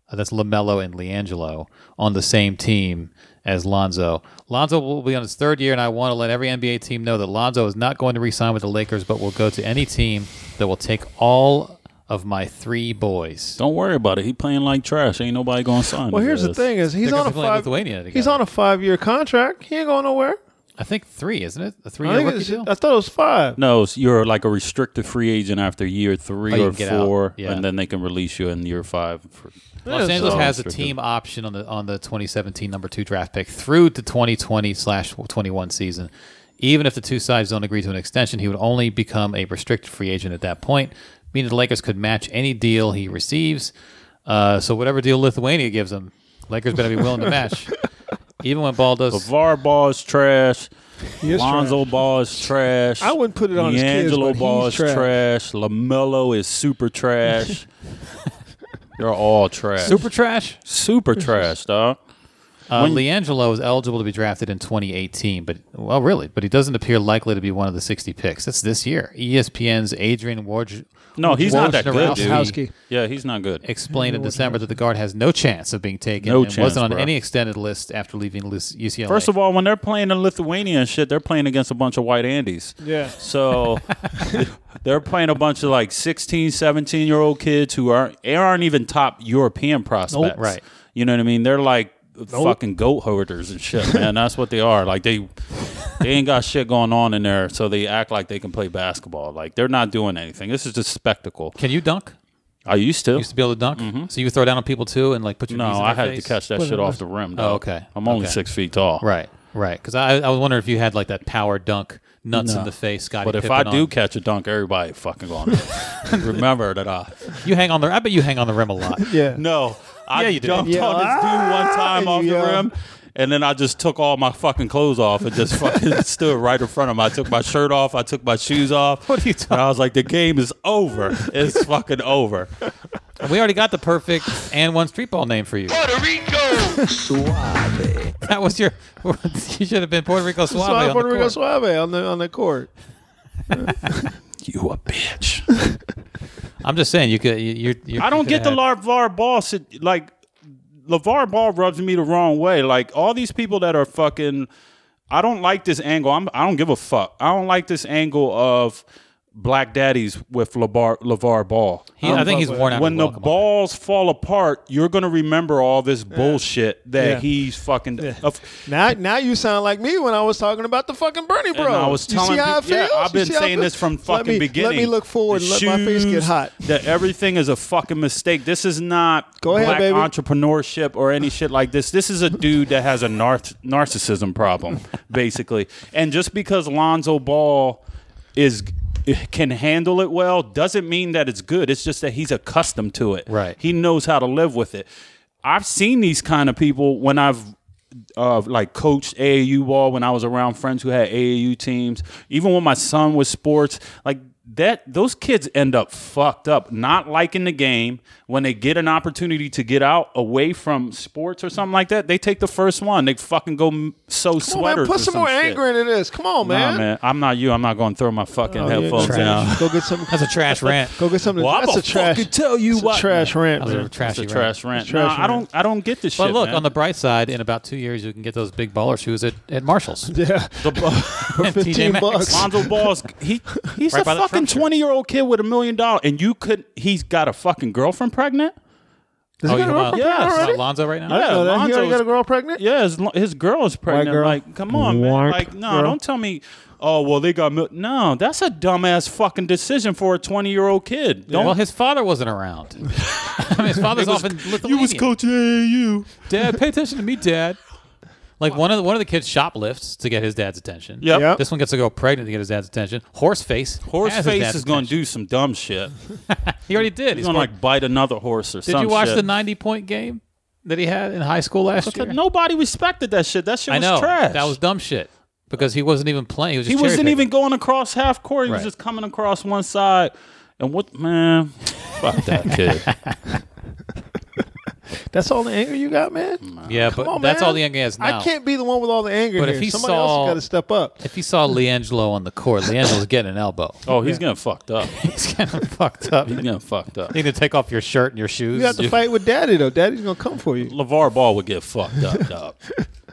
Speaker 6: uh, that's LaMelo and LiAngelo, on the same team as Lonzo. Lonzo will be on his third year, and I want to let every NBA team know that Lonzo is not going to re sign with the Lakers, but will go to any team that will take all of my three boys.
Speaker 4: Don't worry about it. He playing like trash. Ain't nobody gonna sign.
Speaker 5: Well,
Speaker 4: his
Speaker 5: here's the
Speaker 4: ass.
Speaker 5: thing: is he's
Speaker 6: They're
Speaker 5: on
Speaker 6: gonna
Speaker 5: a
Speaker 6: be playing
Speaker 5: five.
Speaker 6: Lithuania
Speaker 5: He's
Speaker 6: together.
Speaker 5: on a five year contract. He ain't going nowhere.
Speaker 6: I think three, isn't it? A three
Speaker 5: I,
Speaker 6: year
Speaker 5: think
Speaker 6: rookie
Speaker 5: it's,
Speaker 6: deal?
Speaker 5: I thought it was five.
Speaker 4: No, it's- you're like a restricted free agent after year three
Speaker 6: Oh, you
Speaker 4: or
Speaker 6: can get out.
Speaker 4: four,
Speaker 6: Yeah.
Speaker 4: and then they can release you in year five. For,
Speaker 6: Los Angeles
Speaker 4: so-
Speaker 6: has a
Speaker 4: restricted.
Speaker 6: team option on the on the 2017 number two draft pick through the 2020 slash 21 season. Even if the two sides don't agree to an extension, he would only become a restricted free agent at that point, meaning the Lakers could match any deal he receives. Uh, so whatever deal Lithuania gives him, Lakers better be willing to match. Even when Ball does,
Speaker 4: LeVar Ball is trash.
Speaker 5: is
Speaker 4: Lonzo Ball is trash.
Speaker 5: I wouldn't put it on his kids,
Speaker 4: D'Angelo
Speaker 5: but he's
Speaker 4: Ball is
Speaker 5: trash.
Speaker 4: trash. LaMelo is super trash. They're all trash.
Speaker 6: super trash.
Speaker 4: super trash, dog.
Speaker 6: Uh, Leangelo is eligible to be drafted in 2018, but well, really, but he doesn't appear likely to be one of the 60 picks. That's this year. E ESPN's Adrian Woj.
Speaker 4: No, he's not that good, dude.
Speaker 5: Wojnarowski.
Speaker 4: Yeah, he's not good.
Speaker 6: Explained in December that the guard has no chance of being taken.
Speaker 4: No
Speaker 6: and
Speaker 4: chance,
Speaker 6: Wasn't on
Speaker 4: bro.
Speaker 6: any extended list after leaving Lus- UCLA.
Speaker 4: First of all, when they're playing in Lithuania and shit, they're playing against a bunch of white Andes.
Speaker 5: Yeah.
Speaker 4: So they're playing a bunch of like 16, 17 year old kids who aren't aren't even top European prospects.
Speaker 6: Right.
Speaker 4: You know what I mean? They're like fucking goat hoarders and shit, man. That's what they are. Like they they ain't got shit going on in there, so they act like they can play basketball. Like they're not doing anything. This is just spectacle.
Speaker 6: can you dunk?
Speaker 4: Are you still?
Speaker 6: You used to be able to dunk, so you would throw down on people too, and like put your
Speaker 4: Mm-hmm. No,
Speaker 6: knees in
Speaker 4: I
Speaker 6: their
Speaker 4: had to
Speaker 6: face?
Speaker 4: catch that shit off the rim. Dog.
Speaker 6: Oh, okay.
Speaker 4: I'm only
Speaker 6: Okay.
Speaker 4: six feet tall.
Speaker 6: Right, right. Because I, I was wondering if you had like that power dunk, nuts in the face, Scotty.
Speaker 4: But if
Speaker 6: Pippen
Speaker 4: I do
Speaker 6: on.
Speaker 4: catch a dunk, everybody fucking going. Remember that I
Speaker 6: you hang on the. I bet you hang on the rim a lot.
Speaker 5: Yeah.
Speaker 4: no, I
Speaker 6: you do.
Speaker 4: jumped on this dude one time off the
Speaker 5: Yeah.
Speaker 4: rim, and then I just took all my fucking clothes off and just fucking stood right in front of him. I took my shirt off, I took my shoes off.
Speaker 6: What are you
Speaker 4: And I was like, the game is over. It's fucking over.
Speaker 6: We already got the perfect and one street ball name for you.
Speaker 3: Puerto Rico. Suave.
Speaker 6: That was your. You should have been Puerto Rico Suave. on
Speaker 5: Suave,
Speaker 6: the
Speaker 5: Puerto Rico
Speaker 6: court.
Speaker 5: Suave on the on the court.
Speaker 4: You a bitch.
Speaker 6: I'm just saying you could. You, you're, you're,
Speaker 4: I
Speaker 6: you
Speaker 4: don't
Speaker 6: could
Speaker 4: get the
Speaker 6: have had-
Speaker 4: LeVar Ball sit, like LeVar Ball rubs me the wrong way. Like all these people that are fucking I don't like this angle. I'm I don't give a fuck. I don't like this angle of black daddies with LeVar LeVar Ball.
Speaker 6: He, I think he's worn out.
Speaker 4: when
Speaker 6: of
Speaker 4: the
Speaker 6: welcome.
Speaker 4: balls fall apart, you're gonna remember all this bullshit that
Speaker 5: Yeah.
Speaker 4: he's fucking. of-
Speaker 5: Now, now you sound like me when I was talking about the fucking Bernie bros.
Speaker 4: and I was telling
Speaker 5: you see how I
Speaker 4: peop- yeah,
Speaker 5: feel?
Speaker 4: I've
Speaker 5: You
Speaker 4: been
Speaker 5: see how I
Speaker 4: saying
Speaker 5: feel?
Speaker 4: this from
Speaker 5: Let
Speaker 4: fucking
Speaker 5: me-
Speaker 4: beginning.
Speaker 5: Let me look forward
Speaker 4: The
Speaker 5: and let my face get
Speaker 4: shoes,
Speaker 5: hot.
Speaker 4: That everything is a fucking mistake. This is not
Speaker 5: Go ahead,
Speaker 4: black
Speaker 5: baby.
Speaker 4: entrepreneurship or any shit like this. This is a dude that has a nar- narcissism problem, basically. And just because Lonzo Ball is can handle it well doesn't mean that it's good. It's just that he's accustomed to it.
Speaker 6: Right.
Speaker 4: He knows how to live with it. I've seen these kind of people when I've uh, like coached AAU ball when I was around friends who had AAU teams. Even when my son was sports, like that, those kids end up fucked up, not liking the game. When they get an opportunity to get out away from sports or something like that, they take the first one. They fucking go m- sew
Speaker 5: Come on, man,
Speaker 4: sweaters.
Speaker 5: put
Speaker 4: or
Speaker 5: some more
Speaker 4: shit.
Speaker 5: anger into this. Come on,
Speaker 4: Nah,
Speaker 5: man. Oh,
Speaker 4: man, I'm not you. I'm not going to throw my fucking
Speaker 5: Yeah,
Speaker 4: headphones
Speaker 5: trash.
Speaker 4: down.
Speaker 5: Go get some.
Speaker 6: That's a trash rant.
Speaker 5: Go get something.
Speaker 4: Well, I'm
Speaker 5: that's
Speaker 4: gonna
Speaker 5: a trash.
Speaker 4: fucking tell you
Speaker 5: that's a
Speaker 4: what,
Speaker 5: trash rant.
Speaker 6: That was a
Speaker 5: man.
Speaker 6: trashy
Speaker 4: That's a
Speaker 6: rant.
Speaker 4: trash rant.
Speaker 5: trash
Speaker 4: Nah, I
Speaker 5: rant.
Speaker 4: don't. I don't get this shit.
Speaker 6: But look,
Speaker 4: man.
Speaker 6: on the bright side, in about two years, you can get those big baller shoes at, at Marshalls.
Speaker 5: Yeah,
Speaker 6: And TJ
Speaker 5: 15
Speaker 6: Maxx.
Speaker 5: bucks.
Speaker 4: Lonzo Ball's he he's
Speaker 6: Right
Speaker 4: a
Speaker 6: by the
Speaker 4: fucking
Speaker 6: Trump shirt.
Speaker 4: twenty year old kid with a million dollars, and you could he's got a fucking girlfriend pregnant.
Speaker 5: Does
Speaker 6: Oh,
Speaker 5: he
Speaker 6: you
Speaker 5: got a
Speaker 6: know about,
Speaker 5: girlfriend
Speaker 4: Yes.
Speaker 5: already?
Speaker 6: Lonzo right now?
Speaker 5: I didn't know that. He already
Speaker 4: Lonzo's-
Speaker 5: got a girl pregnant.
Speaker 4: Yeah, his, lo- his girl is pregnant.
Speaker 5: girl.
Speaker 4: Like, come on, man.
Speaker 5: White
Speaker 4: like, no,
Speaker 5: girl.
Speaker 4: don't tell me. Oh well, they got mil-. no. That's a dumbass fucking decision for a twenty year old kid. Don't.
Speaker 6: Well, his father wasn't around. I mean, his father's off in Lithuania.
Speaker 4: you was coach AAU.
Speaker 6: Dad, pay attention to me, Dad. Like one of the, one of the kids shoplifts to get his dad's attention.
Speaker 4: Yep.
Speaker 5: Yep.
Speaker 6: This one gets a girl pregnant to get his dad's attention. Horseface. has his
Speaker 4: Horseface
Speaker 6: dad's
Speaker 4: is going to
Speaker 6: attention.
Speaker 4: do some dumb shit.
Speaker 6: He already did.
Speaker 4: He's
Speaker 6: He's
Speaker 4: going to
Speaker 6: like.
Speaker 4: like bite another horse or
Speaker 6: Did
Speaker 4: some
Speaker 6: you watch
Speaker 4: shit.
Speaker 6: the ninety point game that he had in high school last year?
Speaker 4: Nobody respected that shit. That shit
Speaker 6: I
Speaker 4: was
Speaker 6: know
Speaker 4: trash.
Speaker 6: that was dumb shit because he wasn't even playing. He was
Speaker 4: He
Speaker 6: just
Speaker 4: wasn't
Speaker 6: cherry-picking.
Speaker 4: even going across half court. He
Speaker 6: Right.
Speaker 4: was just coming across one side. And what man? Fuck that kid.
Speaker 5: That's all the anger you got, man.
Speaker 6: Yeah, but
Speaker 5: Come on,
Speaker 6: that's
Speaker 5: man.
Speaker 6: all the young guy has now.
Speaker 5: I can't be the one with all the anger.
Speaker 6: But
Speaker 5: here.
Speaker 6: if he
Speaker 5: somebody
Speaker 6: saw-
Speaker 5: else got to step up.
Speaker 6: If he saw Leangelo on the court, Leangelo's getting an elbow.
Speaker 4: Oh, he's getting fucked up.
Speaker 6: He's getting fucked up.
Speaker 4: He's
Speaker 6: You
Speaker 4: getting fucked up.
Speaker 6: need to take off your shirt and your shoes.
Speaker 5: You have to fight with Daddy though. Daddy's gonna come for you.
Speaker 4: LeVar Ball would get fucked up, dog.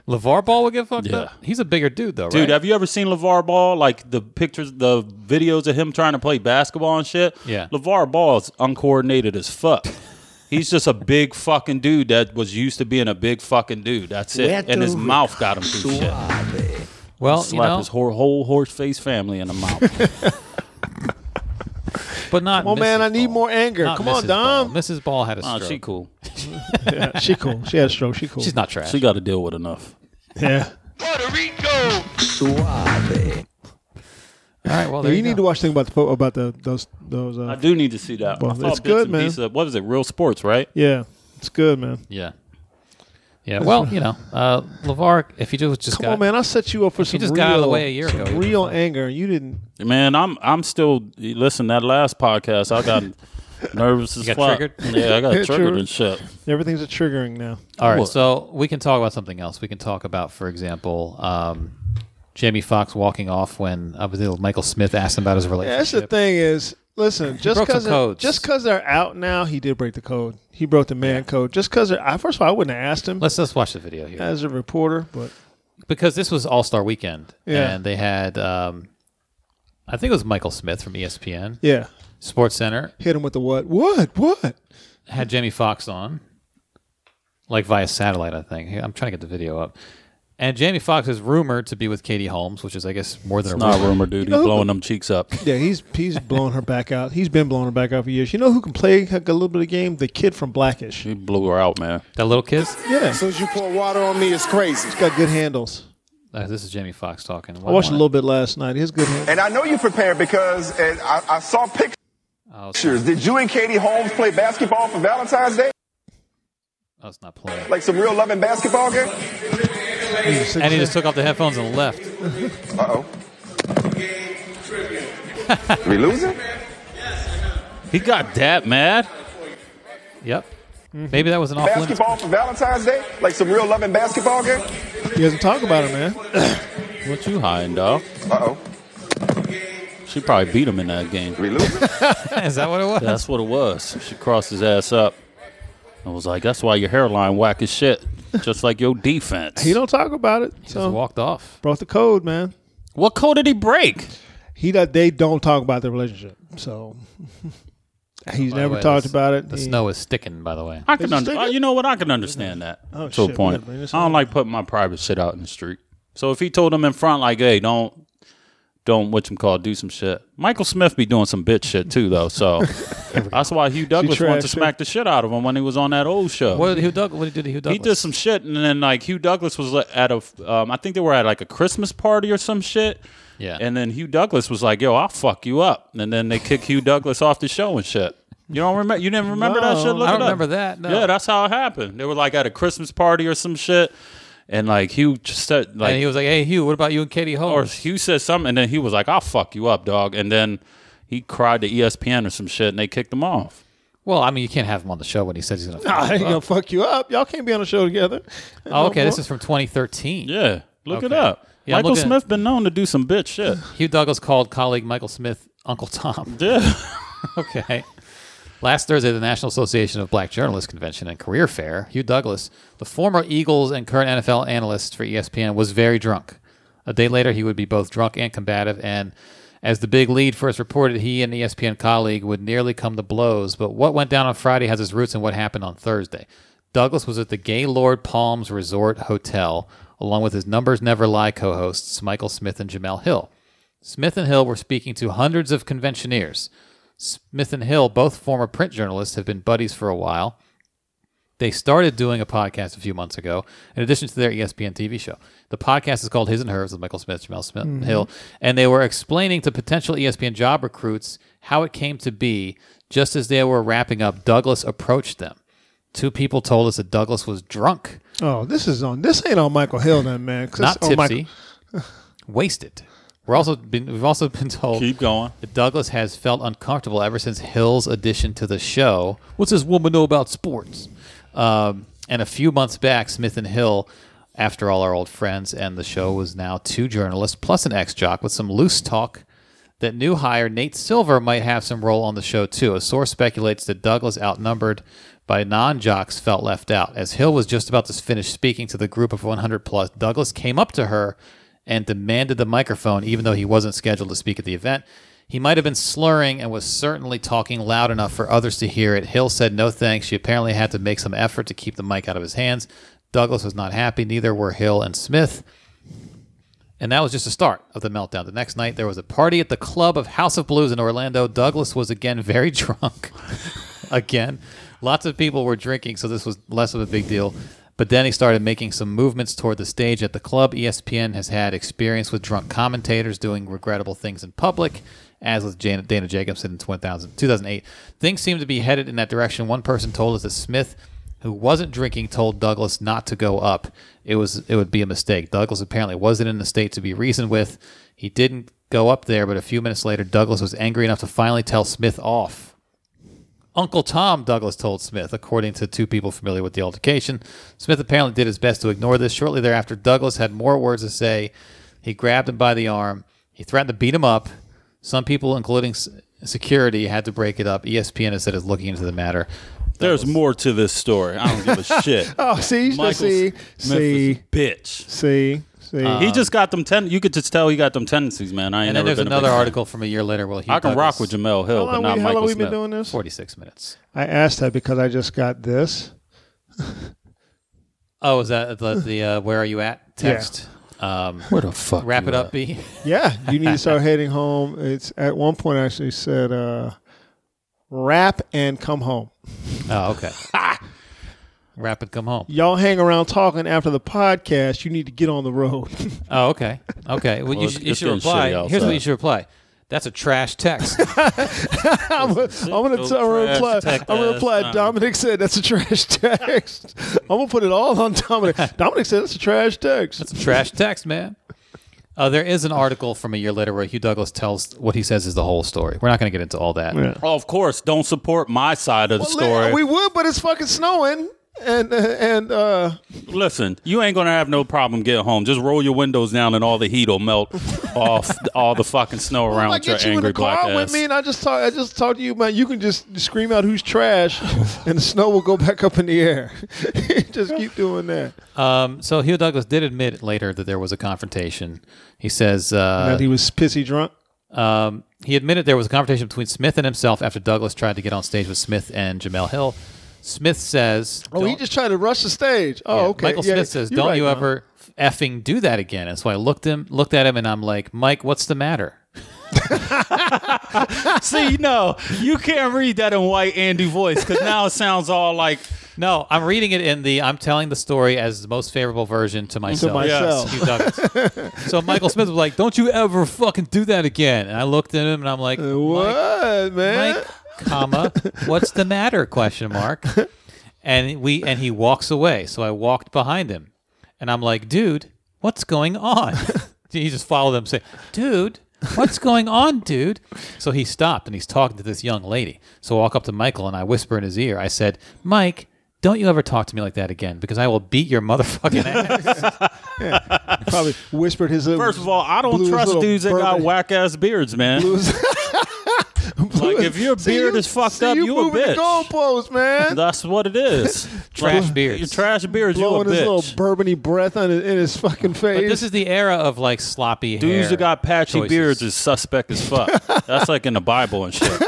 Speaker 6: LeVar Ball would get fucked
Speaker 4: Yeah.
Speaker 6: up. He's a bigger dude though,
Speaker 4: Dude,
Speaker 6: right?
Speaker 4: have you ever seen LeVar Ball? Like the pictures, the videos of him trying to play basketball and shit?
Speaker 6: Yeah.
Speaker 4: LeVar Ball is uncoordinated as fuck. He's just a big fucking dude that was used to being a big fucking dude. That's it. And his mouth got him through shit.
Speaker 6: well, you
Speaker 4: Slap
Speaker 6: know,
Speaker 4: his whole, whole horse face family in the mouth.
Speaker 6: but not.
Speaker 5: Come on, man.
Speaker 6: Mrs.
Speaker 5: I need
Speaker 6: Ball.
Speaker 5: more anger.
Speaker 6: Not
Speaker 5: Come
Speaker 6: Mrs.
Speaker 5: on, Dom.
Speaker 6: Ball. Mrs. Ball had a
Speaker 4: oh,
Speaker 6: stroke.
Speaker 4: she cool.
Speaker 5: she cool. She had a stroke. She cool.
Speaker 6: She's not trash.
Speaker 4: She got to deal with enough.
Speaker 5: Yeah.
Speaker 3: Puerto Rico. Suave.
Speaker 6: All right.
Speaker 5: You,
Speaker 6: Well, there you,
Speaker 5: need
Speaker 6: go.
Speaker 5: to watch thing about the fo- about the those those. Uh,
Speaker 4: I do need to see that.
Speaker 5: Well,
Speaker 4: I saw
Speaker 5: it's
Speaker 4: bits
Speaker 5: good,
Speaker 4: and
Speaker 5: man.
Speaker 4: pieces of- What is it? Real sports, right?
Speaker 5: Yeah, it's good, man.
Speaker 6: Yeah. Yeah. Well, you know, uh, Levar, if he just just
Speaker 5: Come
Speaker 6: got
Speaker 5: on, man. I set you up for some
Speaker 6: just
Speaker 5: real,
Speaker 6: got out of the way a year
Speaker 5: some
Speaker 6: ago, you'd be
Speaker 5: real anger. You didn't.
Speaker 4: Man, I'm I'm still listen. That last podcast, I got nervous as
Speaker 6: got
Speaker 4: fuck.
Speaker 6: triggered?
Speaker 4: Yeah, I got
Speaker 5: Triggered.
Speaker 4: triggered and shit.
Speaker 5: Everything's a triggering now.
Speaker 6: All right,
Speaker 4: What?
Speaker 6: so we can talk about something else. We can talk about, for example, um, Jamie Foxx walking off when uh, was it Michael Smith asked him about his
Speaker 5: Yeah, that's
Speaker 6: relationship.
Speaker 5: the thing is, listen, just
Speaker 6: broke some
Speaker 5: because
Speaker 6: codes.
Speaker 5: just because they're out now, he did break the code. He broke the man code. Just because I first of all, I wouldn't have asked him
Speaker 6: Let's let's watch the video here
Speaker 5: as a reporter, but
Speaker 6: because this was All Star Weekend,
Speaker 5: Yeah.
Speaker 6: and they had, um, I think it was Michael Smith from E ESPN
Speaker 5: yeah,
Speaker 6: Sports Center
Speaker 5: hit him with the what? What? What?
Speaker 6: had Jamie Foxx on, like via satellite. I think Here, I'm trying to get the video up, and Jamie Foxx is rumored to be with Katie Holmes, which is, I guess, more than a
Speaker 4: Not
Speaker 6: rumor.
Speaker 4: rumor, dude. He's
Speaker 5: know who-
Speaker 4: blowing them cheeks up.
Speaker 5: Yeah, he's he's blowing her back out. He's been blowing her back out for years. You know who can play a little bit of game? The kid from Blackish.
Speaker 4: He blew her out, man.
Speaker 6: That little kiss.
Speaker 5: Yeah,
Speaker 2: As soon as you pour water on me, it's crazy.
Speaker 5: he's got good handles.
Speaker 6: Uh, this is Jamie Foxx talking.
Speaker 5: I watched a little bit last night. He has good handles.
Speaker 8: And I know you prepared because uh, I, I saw
Speaker 6: Oh, it's
Speaker 8: pictures. Did you and Katie Holmes play basketball for Valentine's Day?
Speaker 6: Oh, it's not playing.
Speaker 8: Like some real loving basketball game?
Speaker 6: And he just took off the headphones and left.
Speaker 8: Uh oh. we losing?
Speaker 4: He got that mad.
Speaker 6: Yep. Maybe that was an off limits.
Speaker 8: Basketball for Valentine's Day? Like some real loving basketball game?
Speaker 5: He doesn't talk about it, man.
Speaker 4: What you hiding, dog?
Speaker 8: Uh oh.
Speaker 4: She probably beat him in that game.
Speaker 8: We losing?
Speaker 6: Is that what it was?
Speaker 4: That's what it was. She crossed his ass up. I was like, that's why your hairline whack as shit, just like your defense.
Speaker 5: He don't talk about it.
Speaker 6: Just
Speaker 5: So
Speaker 6: walked off.
Speaker 5: broke the code, man.
Speaker 4: what code did he break?
Speaker 5: He do- they don't talk about their relationship. So he's
Speaker 6: By the
Speaker 5: never
Speaker 6: way,
Speaker 5: talked
Speaker 6: this-
Speaker 5: about it.
Speaker 6: The
Speaker 5: He-
Speaker 6: snow is sticking, by the way.
Speaker 4: I can
Speaker 5: just
Speaker 4: under,
Speaker 5: take
Speaker 4: uh,
Speaker 5: it?
Speaker 4: you know what I can understand that
Speaker 5: Oh,
Speaker 4: to a
Speaker 5: shit,
Speaker 4: point.
Speaker 5: yeah, man,
Speaker 4: I
Speaker 5: it's
Speaker 4: don't like putting my private shit out in the street. So if he told them in front, like, hey, don't, don't what you call, do some shit. Michael Smith be doing some bitch shit too, though. So that's why Hugh Douglas wanted to
Speaker 5: trashed
Speaker 4: smack the shit out of him when he was on that old show.
Speaker 6: What did Hugh Doug? What did he do to Hugh
Speaker 4: He
Speaker 6: Douglas?
Speaker 4: did some shit, and then like Hugh Douglas was like, at a, um, I think they were at like a Christmas party or some shit.
Speaker 6: Yeah.
Speaker 4: And then Hugh Douglas was like, "Yo, I'll fuck you up," and then they kick Hugh Douglas off the show and shit. You don't remember? You didn't remember that
Speaker 5: No,
Speaker 4: shit? Look
Speaker 6: I don't
Speaker 4: it up.
Speaker 6: remember that, no.
Speaker 4: Yeah, that's how it happened. They were like at a Christmas party or some shit, and like Hugh just said, like
Speaker 6: and he was like, "Hey, Hugh, what about you and Katie
Speaker 4: or
Speaker 6: Holmes?"
Speaker 4: Hugh said something, and then he was like, "I'll fuck you up, dog," and then he cried to E ESPN or some shit, and they kicked him off.
Speaker 6: well, I mean, you can't have him on the show when he says he's going to.
Speaker 5: I ain't gonna fuck you up. Y'all can't be on a show together.
Speaker 6: Oh, okay,
Speaker 5: No
Speaker 6: this
Speaker 5: more.
Speaker 6: is from 2013.
Speaker 4: Yeah, look it
Speaker 6: Okay.
Speaker 4: up.
Speaker 6: Yeah, I'm
Speaker 4: Michael
Speaker 6: looking-
Speaker 4: Smith been known to do some bitch shit.
Speaker 6: Hugh Douglas called colleague Michael Smith Uncle Tom.
Speaker 4: yeah.
Speaker 6: okay. Last Thursday, the National Association of Black Journalists Convention and Career Fair, Hugh Douglas, the former Eagles and current NFL analyst for E ESPN, was very drunk. A day later, he would be both drunk and combative. And as the big lead first reported, he and E ESPN colleague would nearly come to blows. But what went down on Friday has its roots in what happened on Thursday. Douglas was at the Gaylord Palms Resort Hotel, along with his Numbers Never Lie co hosts, Michael Smith and Jamel Hill. Smith and Hill were speaking to hundreds of conventioneers. Smith and Hill, both former print journalists, have been buddies for a while. They started doing a podcast a few months ago, in addition to their E ESPN TV show. The podcast is called His and Hers with Michael Smith, Jamel Smith, Hill, and they were explaining to potential E ESPN job recruits how it came to be. Just as they were wrapping up, Douglas approached them. Two people told us that Douglas was drunk,
Speaker 5: Oh, this is on. This ain't on Michael Hill, then, man. 'cause
Speaker 6: not
Speaker 5: it's on "Oh, Michael-
Speaker 6: tipsy, wasted. We're also been, we've also been told
Speaker 4: Keep going.
Speaker 6: that Douglas has felt uncomfortable ever since Hill's addition to the show. What's this woman know about sports? Um, and a few months back, Smith and Hill, after all, are old friends, and the show was now two journalists plus an ex jock with some loose talk that new hire Nate Silver might have some role on the show too. A source speculates that Douglas, outnumbered by non jocks, felt left out. As Hill was just about to finish speaking to the group of 100 plus, Douglas came up to her and demanded the microphone, even though he wasn't scheduled to speak at the event. He might have been slurring and was certainly talking loud enough for others to hear it. Hill said no thanks. She apparently had to make some effort to keep the mic out of his hands. Douglas was not happy, neither were Hill and Smith. And that was just the start of the meltdown. The next night, there was a party at the club of House of Blues in Orlando. Douglas was again very drunk. again, lots of people were drinking, so this was less of a big deal. But then he started making some movements toward the stage at the club. E ESPN has had experience with drunk commentators doing regrettable things in public, as with Jan- Dana Jacobson in 2000, 2008. Things seemed to be headed in that direction. One person told us that Smith who wasn't drinking told Douglas not to go up. It was it would be a mistake. Douglas apparently wasn't in the state to be reasoned with. He didn't go up there, but a few minutes later Douglas was angry enough to finally tell Smith off. Uncle Tom, Douglas told Smith, according to two people familiar with the altercation. Smith apparently did his best to ignore this. Shortly thereafter, Douglas had more words to say. He grabbed him by the arm. He threatened to beat him up. Some people, including s- security, had to break it up. E ESPN has said is looking into the matter.
Speaker 4: There's more to this story. I don't give a shit.
Speaker 5: Oh, see,
Speaker 4: Michael
Speaker 5: see,
Speaker 4: Smith is
Speaker 5: see,
Speaker 4: a bitch.
Speaker 5: see, see.
Speaker 6: Uh,
Speaker 4: he just got them ten. You could just tell he got them tendencies, man. I ain't
Speaker 6: And
Speaker 4: never
Speaker 6: then there's
Speaker 4: been a big
Speaker 6: another
Speaker 4: fan.
Speaker 6: article from a year later. Well,
Speaker 4: I can rock with Jamel Hill, but
Speaker 5: how long,
Speaker 4: not
Speaker 5: we, how
Speaker 4: Michael
Speaker 5: long we
Speaker 4: Smith.
Speaker 5: been doing this?
Speaker 6: 46 minutes.
Speaker 5: I asked that because I just got this.
Speaker 6: Oh, is that the, the uh, where are you at text? Um,
Speaker 4: Where the fuck?
Speaker 6: wrap
Speaker 4: you
Speaker 6: it
Speaker 4: at?
Speaker 6: up, B.
Speaker 5: Yeah, you need to start heading home. It's at one point I actually said, uh, "Wrap and come home."
Speaker 6: Oh, okay. wrap and come home.
Speaker 5: Y'all hang around talking after the podcast. You need to get on the road.
Speaker 6: Oh, okay. Okay. Well, you,
Speaker 4: it's-
Speaker 6: should you
Speaker 4: it's
Speaker 6: should
Speaker 4: getting
Speaker 6: reply.
Speaker 4: shitty
Speaker 6: Here's what
Speaker 4: outside.
Speaker 6: you should reply. That's a trash text.
Speaker 5: I'm gonna, I'm gonna,
Speaker 4: Those
Speaker 5: t- I'm gonna
Speaker 4: trash
Speaker 5: reply.
Speaker 4: text
Speaker 5: I'm gonna
Speaker 4: ass
Speaker 5: reply.
Speaker 4: time.
Speaker 5: Dominic said that's a trash text. I'm gonna put it all on Dominic. Dominic said that's a trash text.
Speaker 6: It's a trash text, man. Uh, there is an article from a year later where Hugh Douglas tells what he says is the whole story. We're not going to get into all that.
Speaker 4: Oh, of course, don't support my side of the story.
Speaker 5: We would, but it's fucking snowing. And uh, and uh,
Speaker 4: Listen, you ain't gonna have no problem getting home. Just roll your windows down, and all the heat will melt off all the fucking snow
Speaker 5: if
Speaker 4: around
Speaker 5: I
Speaker 4: with your
Speaker 5: get you in
Speaker 4: angry
Speaker 5: the
Speaker 4: black
Speaker 5: car
Speaker 4: ass.
Speaker 5: with me, and I just talk, I just talk to you, man. You can just scream out who's trash, and the snow will go back up in the air. just keep doing that.
Speaker 6: Um, so Hugh Douglas did admit later that there was a confrontation. He says uh,
Speaker 5: that he was pissy drunk.
Speaker 6: Um, he admitted there was a confrontation between Smith and himself after Douglas tried to get on stage with Smith and Jamel Hill. Smith says,
Speaker 5: Oh, he
Speaker 6: "Don't-
Speaker 5: just tried to rush the stage. Oh,
Speaker 6: yeah,
Speaker 5: okay.
Speaker 6: Michael
Speaker 5: Yeah,
Speaker 6: Smith says,
Speaker 5: you're
Speaker 6: "Don't
Speaker 5: right,
Speaker 6: you
Speaker 5: Don.
Speaker 6: ever effing do that again?" And so I looked him, looked at him, and I'm like, "Mike, what's the matter?"
Speaker 4: See, no, you can't read that in white Andy voice because now it sounds all like
Speaker 6: No, I'm reading it in the. I'm telling the story as the most favorable version to myself.
Speaker 5: myself.
Speaker 6: Hugh Douglas. so Michael Smith was like, "Don't you ever fucking do that again?" And I looked at him, and I'm like,
Speaker 5: Uh, What
Speaker 6: "Mike,
Speaker 5: man?
Speaker 6: Mike, comma, what's the matter? Question mark. And we and he walks away. So I walked behind him, and I'm like, dude, what's going on? he just followed him, saying, dude. What's going on, dude? So he stopped and he's talking to this young lady. So I walk up to Michael and I whisper in his ear. I said, Mike, don't you ever talk to me like that again because I will beat your motherfucking ass.
Speaker 5: Probably whispered his. little-
Speaker 4: First of all, I don't
Speaker 5: blew his
Speaker 4: trust
Speaker 5: little
Speaker 4: dudes that got
Speaker 5: bourbon-
Speaker 4: whack ass beards, man. like if your
Speaker 5: See,
Speaker 4: beard
Speaker 5: you-
Speaker 4: is fucked
Speaker 5: see,
Speaker 4: up,
Speaker 5: You
Speaker 4: you, a
Speaker 5: moving the
Speaker 4: bitch.
Speaker 5: goalposts, man.
Speaker 4: That's what it is.
Speaker 6: Trash
Speaker 4: Like,
Speaker 6: beards.
Speaker 4: Your trash beards, you a
Speaker 5: Blowing his little
Speaker 4: bitch.
Speaker 5: bourbony breath on his, in his fucking face.
Speaker 6: But this is the era of like sloppy
Speaker 4: Dudes
Speaker 6: hair
Speaker 4: that got patchy
Speaker 6: choices.
Speaker 4: beards is suspect as fuck. That's like in the Bible and shit.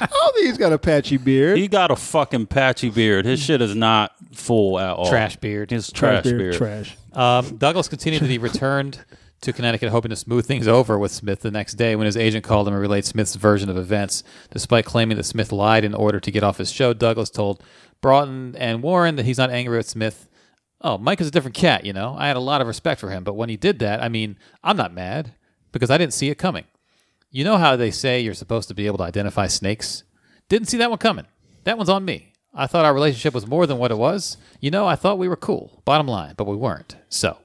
Speaker 5: oh, he's got a patchy beard.
Speaker 4: He got a fucking patchy beard. His shit is not full at all.
Speaker 6: Trash beard.
Speaker 4: His trash, beard.
Speaker 5: Trash.
Speaker 6: Um, Douglas continued to be returned to Connecticut, hoping to smooth things over with Smith the next day when his agent called him and relayed Smith's version of events. Despite claiming that Smith lied in order to get off his show, Douglas told Broughton and Warren that he's not angry with Smith. Oh, Mike is a different cat, you know. I had a lot of respect for him, but when he did that, I mean, I'm not mad because I didn't see it coming. You know how they say you're supposed to be able to identify snakes? Didn't see that one coming. That one's on me. I thought our relationship was more than what it was. You know, I thought we were cool, bottom line, but we weren't. So,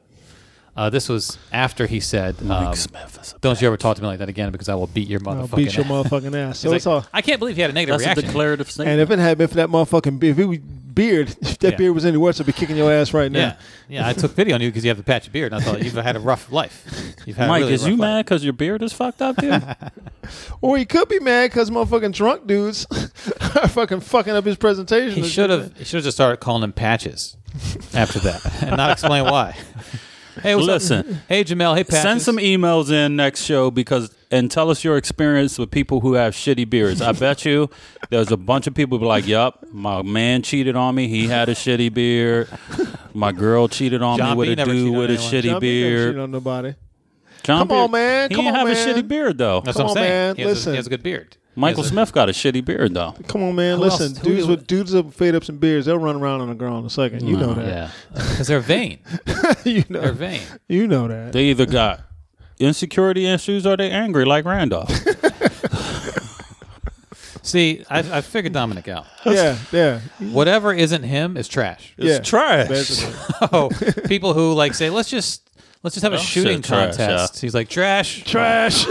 Speaker 6: uh, this was after he said, um, Don't you ever talk to me like that again because I will beat your motherfucking
Speaker 5: I'll beat your
Speaker 6: ass."
Speaker 5: motherfucking ass. So
Speaker 6: He's
Speaker 5: it's
Speaker 6: like,
Speaker 5: all.
Speaker 6: I can't believe he had a negative
Speaker 4: That's a
Speaker 6: reaction.
Speaker 4: declarative statement.
Speaker 5: And if it had been for that motherfucking beard, if it was beard, if that
Speaker 6: Yeah.
Speaker 5: beard was any worse, I'd be kicking your ass right
Speaker 6: yeah,
Speaker 5: now.
Speaker 6: yeah. I took pity on you because you have the patch of beard, and I thought you've had a rough life. You've had a
Speaker 4: Mike,
Speaker 6: really
Speaker 4: is
Speaker 6: rough
Speaker 4: you
Speaker 6: life.
Speaker 4: mad because your beard is fucked up, dude?
Speaker 5: Or he could be mad because motherfucking drunk dudes are fucking fucking up his presentation.
Speaker 6: He
Speaker 5: and shit.
Speaker 6: should have. He should have just started calling him patches after that, and not explain why. Hey, what's up?
Speaker 4: Listen.
Speaker 6: Hey, Jamel. Hey, patches.
Speaker 4: Send some emails in next show because and tell us your experience with people who have shitty beards. I bet you there's a bunch of people who be like, "Yup, my man cheated on me. He had a shitty beard. My girl cheated on me
Speaker 6: John
Speaker 4: with
Speaker 6: B
Speaker 4: a
Speaker 6: never
Speaker 4: dude
Speaker 6: cheated
Speaker 4: with a
Speaker 6: on anyone.
Speaker 4: shitty
Speaker 5: John B never
Speaker 4: beard."
Speaker 5: cheated on nobody.
Speaker 4: John
Speaker 5: Come
Speaker 4: Beard-
Speaker 5: on, man.
Speaker 4: He
Speaker 5: Come
Speaker 4: didn't
Speaker 5: on,
Speaker 4: have
Speaker 5: man.
Speaker 4: a shitty beard though.
Speaker 6: That's
Speaker 5: Come
Speaker 6: what
Speaker 5: on,
Speaker 6: I'm saying.
Speaker 5: man,
Speaker 6: He has a-
Speaker 5: listen.
Speaker 6: he has a good beard. He
Speaker 4: Michael
Speaker 6: has a-
Speaker 4: Smith got a shitty beard though.
Speaker 5: Come on, man.
Speaker 6: Who
Speaker 5: listen,
Speaker 6: else- who
Speaker 5: dudes
Speaker 6: you-
Speaker 5: with dudes with fade ups and beards, they'll run around on the ground in a second. You know that.
Speaker 6: Yeah, because they're vain.
Speaker 5: you
Speaker 6: They're
Speaker 5: know.
Speaker 6: vain.
Speaker 5: You know that.
Speaker 4: They either got insecurity issues or they angry like Randolph.
Speaker 6: See, I, I figured Dominic out.
Speaker 5: yeah, yeah.
Speaker 6: Whatever isn't him is trash.
Speaker 5: yeah.
Speaker 4: Trash.
Speaker 5: Basically.
Speaker 6: Oh, people who like say, let's just let's just have a
Speaker 4: Don't
Speaker 6: shooting
Speaker 4: say trash,
Speaker 6: contest. He's like trash.
Speaker 5: Trash.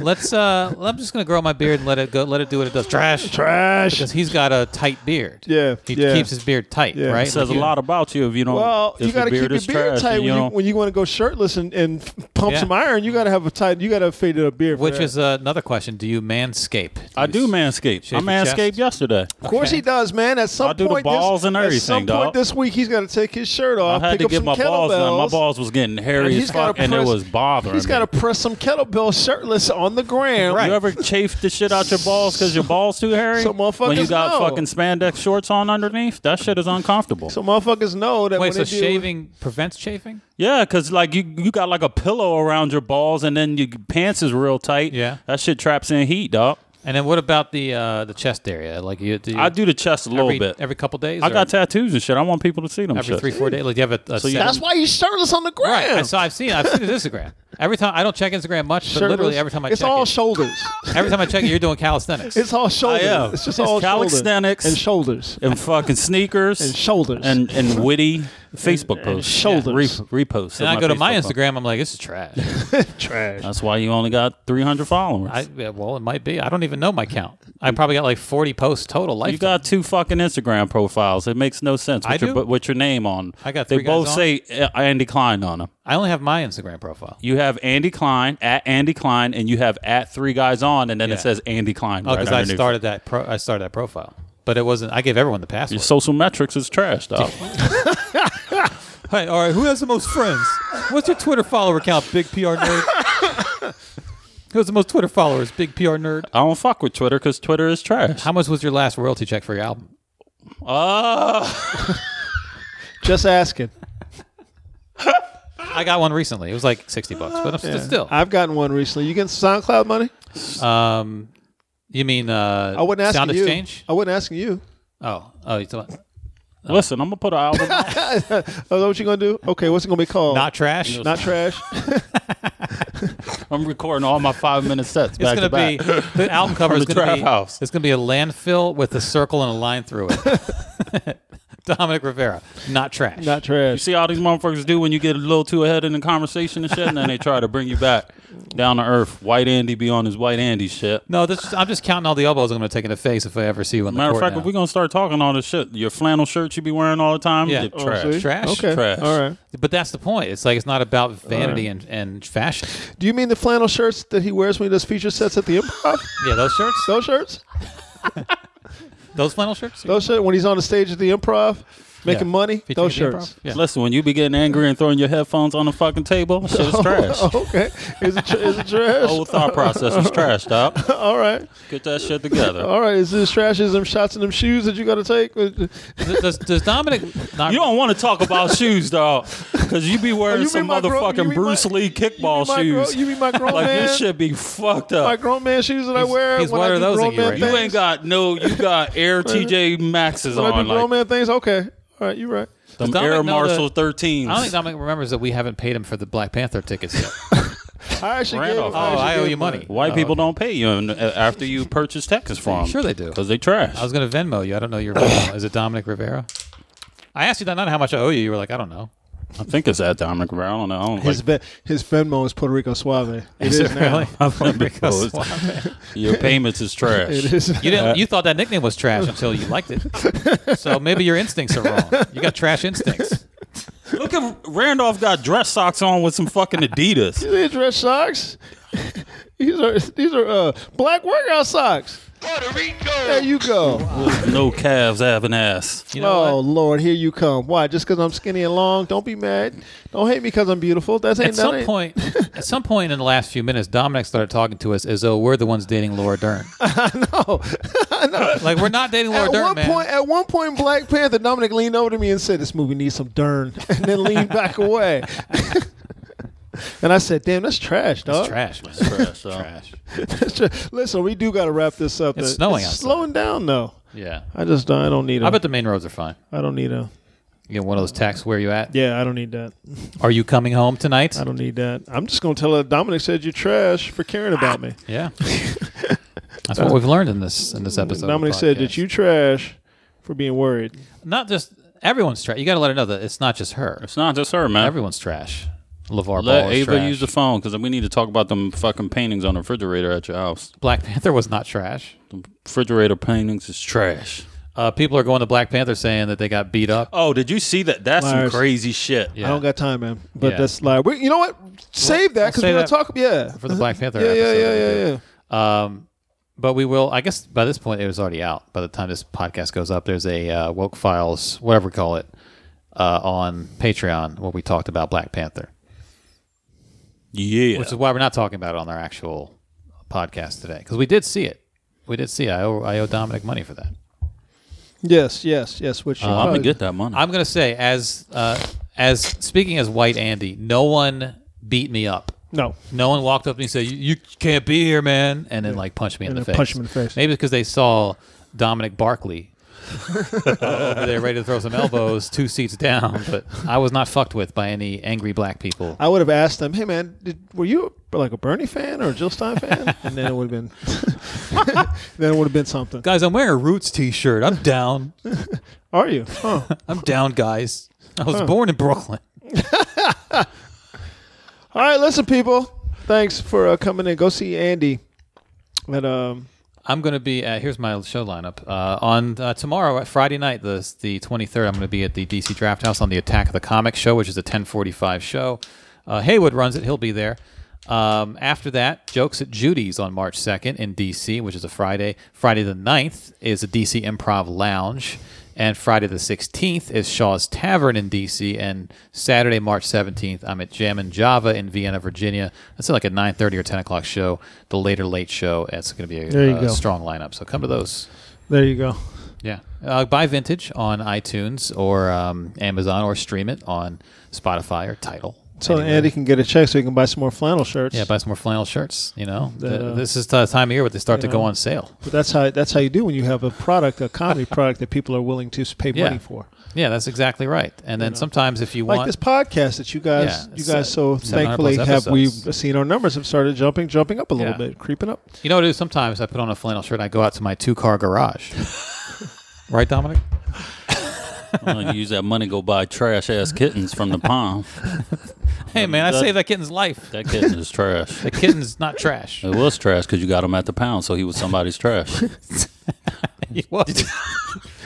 Speaker 6: Let's. uh I'm just gonna grow my beard and let it go. Let it do what it does. Trash.
Speaker 5: Trash.
Speaker 6: Because he's got a tight beard.
Speaker 5: Yeah,
Speaker 6: He
Speaker 5: yeah.
Speaker 6: keeps his beard tight.
Speaker 5: Yeah.
Speaker 6: Right.
Speaker 4: It says a lot about you if you don't.
Speaker 5: Well,
Speaker 4: if
Speaker 5: you got to keep your
Speaker 4: Oh, beard
Speaker 5: beard
Speaker 4: is trash and
Speaker 5: tight when you,
Speaker 4: you don't-
Speaker 5: when you want to go shirtless and, and f- pump
Speaker 6: Yeah.
Speaker 5: some iron. You got to have a tight. You got to have faded up beard. for
Speaker 6: Which
Speaker 5: that.
Speaker 6: is uh, another question. Do you manscape?
Speaker 4: I do
Speaker 6: you-
Speaker 4: manscape. I
Speaker 6: Shave your chest.
Speaker 4: manscaped yesterday.
Speaker 5: Of course he does, man. At some
Speaker 4: I'll do the
Speaker 5: point,
Speaker 4: balls
Speaker 5: this,
Speaker 4: and
Speaker 5: at some
Speaker 4: everything,
Speaker 5: point
Speaker 4: dog.
Speaker 5: this week, he's got to take his shirt off.
Speaker 4: I had
Speaker 5: pick
Speaker 4: to
Speaker 5: up
Speaker 4: get
Speaker 5: some
Speaker 4: my balls done. My
Speaker 5: kettlebells,
Speaker 4: balls was getting
Speaker 5: and
Speaker 4: hairy
Speaker 5: he's
Speaker 4: as
Speaker 5: gotta
Speaker 4: fuck, and it
Speaker 5: press-
Speaker 4: was bothering
Speaker 5: He's got to
Speaker 4: me.
Speaker 5: press some kettlebells shirtless on the ground.
Speaker 4: You ever chafe the shit out your balls because your balls too hairy?
Speaker 5: So
Speaker 4: when you
Speaker 5: motherfuckers
Speaker 4: got
Speaker 5: know.
Speaker 4: fucking spandex shorts on underneath, that shit is uncomfortable.
Speaker 5: So motherfuckers know that
Speaker 6: Wait,
Speaker 5: when they
Speaker 6: so
Speaker 5: do-
Speaker 6: shaving prevents chafing?
Speaker 4: yeah, because like you, you got like a pillow around your balls, and then your pants is real tight.
Speaker 6: Yeah.
Speaker 4: that shit traps in heat, dog.
Speaker 6: And then what about the uh, the chest area? Like you, do you
Speaker 4: I do the chest a little
Speaker 6: every,
Speaker 4: bit.
Speaker 6: every couple days.
Speaker 4: I
Speaker 6: or
Speaker 4: got tattoos and shit. I want people to see them.
Speaker 6: every
Speaker 4: shit.
Speaker 6: three four days. Like do you have a, a
Speaker 4: you-
Speaker 6: set-
Speaker 5: That's why he's shirtless on the ground.
Speaker 6: Right. I saw. I've seen. I've seen his Instagram. Every time I don't check Instagram much, but
Speaker 5: Shirtless.
Speaker 6: literally every time I
Speaker 5: it's
Speaker 6: check
Speaker 5: all
Speaker 6: it,
Speaker 5: shoulders.
Speaker 6: every time I check it, you're doing calisthenics.
Speaker 5: It's all shoulders.
Speaker 4: am.
Speaker 5: It's
Speaker 4: It's
Speaker 5: just all shoulders
Speaker 4: calisthenics.
Speaker 5: and shoulders
Speaker 4: and fucking sneakers
Speaker 5: and shoulders
Speaker 4: and and witty Facebook posts,
Speaker 5: shoulders.
Speaker 4: Yeah, re- reposts.
Speaker 6: and
Speaker 4: of
Speaker 6: I go to my
Speaker 4: Facebook post.
Speaker 6: Instagram. I'm like, this is trash.
Speaker 5: trash.
Speaker 4: That's why you only got 300 followers.
Speaker 6: I, yeah, well, it might be. I don't even know my count. I probably got like 40 posts total. Life.
Speaker 4: you got two fucking Instagram profiles. It makes no sense.
Speaker 6: I
Speaker 4: With your,
Speaker 6: do?
Speaker 4: but with your name on.
Speaker 6: I got
Speaker 4: They
Speaker 6: three guys
Speaker 4: both
Speaker 6: on.
Speaker 4: say uh, Andy Klein on them.
Speaker 6: I only have my Instagram profile.
Speaker 4: You have Andy Klein at Andy Klein, and you have at three guys on, and then
Speaker 6: Yeah.
Speaker 4: it says Andy Klein.
Speaker 6: Oh,
Speaker 4: right
Speaker 6: because I
Speaker 4: underneath.
Speaker 6: started that. Pro- I started that profile, but it wasn't. I gave everyone the password.
Speaker 4: Your social metrics is trash, dog.
Speaker 6: hey, all right. Who has the most friends? What's your Twitter follower count, Big PR Nerd? who has the most Twitter followers, Big PR Nerd?
Speaker 4: I don't fuck with Twitter because Twitter is trash.
Speaker 6: How much was your last royalty check for your album?
Speaker 4: Ah,
Speaker 5: Just asking.
Speaker 6: I got one recently. It was like 60 bucks, but I'm st- still.
Speaker 5: I've gotten one recently. You getting SoundCloud money?
Speaker 6: Um, you mean uh,
Speaker 5: I wouldn't ask
Speaker 6: Sound
Speaker 5: you.
Speaker 6: Exchange?
Speaker 5: I wouldn't ask you.
Speaker 6: Oh, oh, you talking about
Speaker 4: listen, I'm gonna put an album. out.
Speaker 5: Oh, is that what you gonna do? Okay, what's it gonna be called?
Speaker 6: not trash.
Speaker 5: not trash.
Speaker 4: I'm recording all my five minute sets back
Speaker 6: it's
Speaker 4: to back.
Speaker 6: gonna be the album cover
Speaker 4: From
Speaker 6: is
Speaker 4: the
Speaker 6: gonna be
Speaker 4: trap house.
Speaker 6: it's gonna be a landfill with a circle and a line through it. Dominic Rivera, not trash.
Speaker 5: not
Speaker 4: You
Speaker 5: trash.
Speaker 4: see how these motherfuckers do when you get a little too ahead in the conversation and shit, and then they try to bring you back down to earth. White Andy be on his white Andy shit.
Speaker 6: no, this I'm just counting all the elbows I'm gonna take in the face if I ever see one. in the
Speaker 4: Matter of
Speaker 6: court
Speaker 4: fact,
Speaker 6: now.
Speaker 4: if we're gonna start talking all this shit, your flannel shirt you be wearing all the time,
Speaker 6: Yeah.
Speaker 4: yeah,
Speaker 6: Oh,
Speaker 4: trash.
Speaker 5: See?
Speaker 6: Trash.
Speaker 5: Okay.
Speaker 4: Trash.
Speaker 5: All right.
Speaker 6: but that's the point. It's like it's not about vanity and, and fashion.
Speaker 5: Do you mean the flannel shirts that he wears when he does feature sets at the improv?
Speaker 6: Yeah, those shirts,
Speaker 5: Those shirts?
Speaker 6: those flannel shirts.
Speaker 5: Those shirts when he's on the stage at the improv? Making
Speaker 6: Yeah.
Speaker 5: money,
Speaker 6: If you
Speaker 5: those
Speaker 6: take it to
Speaker 5: shirts.
Speaker 6: improv, Yeah.
Speaker 4: Listen, when you be getting angry and throwing your headphones on the fucking table, shit
Speaker 5: Oh.
Speaker 4: is trash. Oh.
Speaker 5: okay, is it, tr- is it trash?
Speaker 4: Whole thought process is trash, dog.
Speaker 5: all right,
Speaker 4: Get that shit together.
Speaker 5: all right. Is this trash? Is them shots in them shoes that you got to take?
Speaker 6: Does- does, does Dominic not
Speaker 4: You don't want to talk about shoes, dog, because you be wearing
Speaker 5: Oh, you
Speaker 4: some
Speaker 5: mean my gro- you
Speaker 4: motherfucking
Speaker 5: mean
Speaker 4: Bruce
Speaker 5: my-
Speaker 4: Lee kickball
Speaker 5: you mean my gro-
Speaker 4: shoes.
Speaker 5: you mean my grown
Speaker 4: like
Speaker 5: man?
Speaker 4: this shit be fucked up.
Speaker 5: my grown man shoes that I wear.
Speaker 6: he's
Speaker 5: when
Speaker 6: one
Speaker 5: I do
Speaker 6: of those
Speaker 5: grown
Speaker 6: that you
Speaker 5: man
Speaker 6: rate.
Speaker 4: you
Speaker 5: things.
Speaker 4: ain't got no. You got Air TJ Maxes
Speaker 5: when I
Speaker 4: on,
Speaker 5: do grown
Speaker 4: like
Speaker 5: man things. Okay, all right, you're right.
Speaker 4: them
Speaker 6: Dominic
Speaker 4: Air
Speaker 6: know
Speaker 4: Marshall
Speaker 6: that- I don't
Speaker 4: 13s.
Speaker 6: think Dominic remembers that we haven't paid him for the Black Panther tickets yet.
Speaker 5: Oh, I actually gave.
Speaker 4: Randolph.
Speaker 5: him-
Speaker 6: oh,
Speaker 5: actually
Speaker 6: I owe
Speaker 5: gave
Speaker 6: you
Speaker 5: him
Speaker 6: money.
Speaker 4: White people don't pay you in- after you purchase tickets from them.
Speaker 6: Sure they do.
Speaker 4: because they trash.
Speaker 6: I was going to Venmo you. I don't know your Venmo. Is it Dominic Rivera? I asked you that not how much I owe you. You were like, I don't know.
Speaker 4: I think it's at Dominic Brown. I don't know. I don't
Speaker 5: His
Speaker 4: like-
Speaker 5: Ven- his Venmo is Puerto Rico Suave. It is,
Speaker 6: Is it
Speaker 5: now.
Speaker 6: really? Because-
Speaker 4: your payments is trash.
Speaker 5: It is.
Speaker 6: you didn't. You thought that nickname was trash until you liked it. So maybe your instincts are wrong. You got trash instincts.
Speaker 4: Look at Randolph got dress socks on with some fucking Adidas.
Speaker 5: These dress socks. these are these are uh, black workout socks.
Speaker 3: Puerto Rico.
Speaker 5: There you go.
Speaker 4: no calves, having ass.
Speaker 6: You know
Speaker 5: oh
Speaker 6: what?
Speaker 5: Lord, here you come. Why? Just because I'm skinny and long? Don't be mad. Don't hate me because I'm beautiful. That's ain't
Speaker 6: At
Speaker 5: that
Speaker 6: some
Speaker 5: ain't-
Speaker 6: point, at some point in the last few minutes, Dominic started talking to us as though we're the ones dating Laura Dern.
Speaker 5: No.
Speaker 6: Like we're not dating Laura
Speaker 5: At
Speaker 6: Dern,
Speaker 5: one
Speaker 6: man.
Speaker 5: point, at one point, Black Panther Dominic leaned over to me and said, "This movie needs some Dern," and then leaned back away. and I said, "Damn, that's trash, dog.
Speaker 6: it's trash, man.
Speaker 4: Trash, dog.
Speaker 6: trash.
Speaker 5: That's tra- Listen, we do got to wrap this up.
Speaker 6: It's
Speaker 5: Uh,
Speaker 6: snowing outside.
Speaker 5: slowing down though.
Speaker 6: Yeah.
Speaker 5: I just I don't need. A,
Speaker 6: I bet the main roads are fine.
Speaker 5: I don't need a.
Speaker 6: You get one of those texts. Where you at?
Speaker 5: Yeah, I don't need that.
Speaker 6: Are you coming home tonight?
Speaker 5: I don't need that. I'm just gonna tell her Dominic said you're trash for
Speaker 6: Ah,
Speaker 5: caring about me.
Speaker 6: Yeah. That's what we've learned in this in this episode. of the
Speaker 5: Dominic said
Speaker 6: podcast.
Speaker 5: that you trash for being worried.
Speaker 6: not just everyone's trash. You got to let her know that it's not just her.
Speaker 4: It's not just her, man.
Speaker 6: Everyone's trash. LeVar
Speaker 4: Let
Speaker 6: Ball is
Speaker 4: Ava
Speaker 6: trash.
Speaker 4: use the phone because we need to talk about them fucking paintings on the refrigerator at your house.
Speaker 6: Black Panther was not trash.
Speaker 4: The refrigerator paintings is trash.
Speaker 6: Uh, people are going to Black Panther saying that they got beat up.
Speaker 4: Oh, did you see that? That's
Speaker 5: Liars.
Speaker 4: some crazy shit.
Speaker 6: Yeah.
Speaker 5: I don't got time, man. But
Speaker 6: Yeah.
Speaker 5: that's like, we, you know what? Save that because
Speaker 6: save
Speaker 5: we're gonna
Speaker 6: that
Speaker 5: talk. Yeah,
Speaker 6: for the Black Panther
Speaker 5: Uh, Yeah, yeah,
Speaker 6: episode
Speaker 5: yeah,
Speaker 6: we
Speaker 5: yeah,
Speaker 6: do.
Speaker 5: yeah.
Speaker 6: Um, but we will. I guess by this point it was already out. By the time this podcast goes up, there's a uh, woke files, whatever we call it, uh, on Patreon where we talked about Black Panther,
Speaker 4: Yeah.
Speaker 6: which is why we're not talking about it on our actual podcast today because we did see it. We did see. It. I owe, I owe Dominic money for that.
Speaker 5: Yes, yes, yes.
Speaker 6: Uh,
Speaker 5: Which
Speaker 4: I'm gonna get that money.
Speaker 6: I'm gonna say as uh, as speaking as white Andy, no one beat me up.
Speaker 5: No,
Speaker 6: No one walked up to me and said, "You you can't be here, man," and then like punched me in
Speaker 5: And
Speaker 6: the
Speaker 5: then
Speaker 6: face.
Speaker 5: punched him in the face.
Speaker 6: Maybe because they saw Dominic Barkley uh, over there ready to throw some elbows two seats down. But I was not fucked with by any angry black people.
Speaker 5: I would have asked them, "Hey, man, did, were you like a Bernie fan or a Jill Stein fan?" and then it would have been, then it would have been something.
Speaker 6: Guys, I'm wearing a Roots T-shirt. I'm down.
Speaker 5: Are you? Huh.
Speaker 6: I'm down, guys. I was born in Brooklyn.
Speaker 5: All right, listen, people. Thanks for uh, coming in. Go see Andy. At um,
Speaker 6: I'm going to be at, here's my show lineup uh, on uh, tomorrow at Friday night the the 23rd. I'm going to be at the DC Draft House on the Attack of the Comic show, which is a 10:45 show. Uh, Haywood runs it; he'll be there. Um, after that, jokes at Judy's on March 2nd in DC, which is a Friday. Friday the 9th is a DC Improv Lounge, and Friday the 16th is Shaw's Tavern in DC, and Saturday March 17th I'm at Jam and Java in Vienna, Virginia. That's like a 9:30 or 10 o'clock show. The later late show. It's going to be a
Speaker 5: There you
Speaker 6: uh,
Speaker 5: go.
Speaker 6: strong lineup. So come to those.
Speaker 5: there you go.
Speaker 6: Yeah. Uh, buy Vintage on iTunes or um, Amazon or stream it on Spotify or Title.
Speaker 5: So Andy can get a check so he can buy some more flannel shirts.
Speaker 6: Yeah, buy some more flannel shirts. You know,
Speaker 5: That,
Speaker 6: Th-
Speaker 5: uh,
Speaker 6: this is the time of year where they start to
Speaker 5: you
Speaker 6: go
Speaker 5: know.
Speaker 6: on sale.
Speaker 5: But that's how that's how you do when you have a product, a comedy product that people are willing to pay
Speaker 6: Yeah.
Speaker 5: money for.
Speaker 6: Yeah, that's exactly right. And then sometimes if you
Speaker 5: Like
Speaker 6: want,
Speaker 5: this podcast that you guys,
Speaker 6: Yeah,
Speaker 5: you
Speaker 6: it's,
Speaker 5: guys, so
Speaker 6: uh, 700
Speaker 5: thankfully
Speaker 6: plus
Speaker 5: have we
Speaker 6: episodes.
Speaker 5: seen our numbers have started jumping, jumping up a little
Speaker 6: Yeah.
Speaker 5: bit, creeping up.
Speaker 6: you know what I do? Sometimes I put on a flannel shirt and I go out to my two car garage. right, Dominic?
Speaker 4: I'm gonna use that money go buy trash ass kittens from the pond.
Speaker 6: Hey, man, I
Speaker 4: that-
Speaker 6: saved that kitten's life.
Speaker 4: That kitten is trash.
Speaker 6: The kitten's not trash.
Speaker 4: It was trash because you got him at the pound, so he was somebody's trash.
Speaker 6: He was.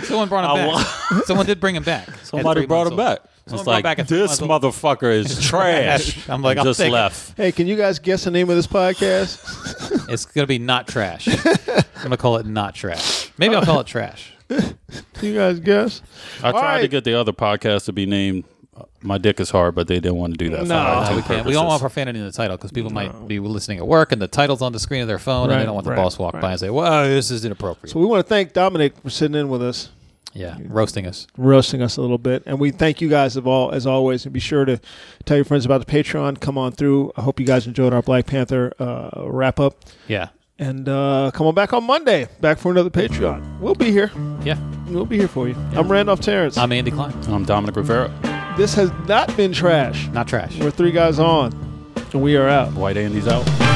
Speaker 6: Someone brought him
Speaker 4: I
Speaker 6: back. Someone did bring him back. at
Speaker 4: Somebody
Speaker 6: three
Speaker 4: brought
Speaker 6: months
Speaker 4: him
Speaker 6: old.
Speaker 4: back.
Speaker 6: Someone
Speaker 4: It's
Speaker 6: brought
Speaker 4: like
Speaker 6: back a three
Speaker 4: this
Speaker 6: months old-
Speaker 4: motherfucker is trash.
Speaker 6: I'm like, I'll
Speaker 4: just
Speaker 6: take it.
Speaker 4: left.
Speaker 5: Hey, can you guys guess the name of this podcast?
Speaker 6: It's gonna be not trash. I'm gonna call it not trash. Maybe I'll call it trash.
Speaker 5: You guys guess?
Speaker 4: I tried to
Speaker 5: right.
Speaker 4: get the other podcast to be named uh, "My Dick Is Hard," but they didn't want to do that. for
Speaker 5: No.
Speaker 4: IT
Speaker 6: No, Uh, we can't. We don't
Speaker 4: purposes.
Speaker 6: want profanity in the title because people might be listening at work and the title's on the screen of their phone and
Speaker 5: Right,
Speaker 6: they don't want the
Speaker 5: right,
Speaker 6: boss to walk by and say, "Whoa, this is inappropriate."
Speaker 5: So we want to thank Dominic for sitting in with us,
Speaker 6: yeah, roasting us.
Speaker 5: roasting us a little bit, and we thank you guys of all as always. And be sure to tell your friends about the Patreon. Come on through. I hope you guys enjoyed our Black Panther uh, wrap up,
Speaker 6: Yeah,
Speaker 5: and uh, come on back on Monday, back for another Patreon. We'll be here.
Speaker 6: yeah.
Speaker 5: We'll be here for you. I'm Randolph Terrence.
Speaker 6: I'm Andy Klein.
Speaker 4: I'm Dominic Rivera,
Speaker 5: this has not been trash.
Speaker 6: Not trash.
Speaker 5: We're three guys on, and we are out.
Speaker 4: White Andy's out.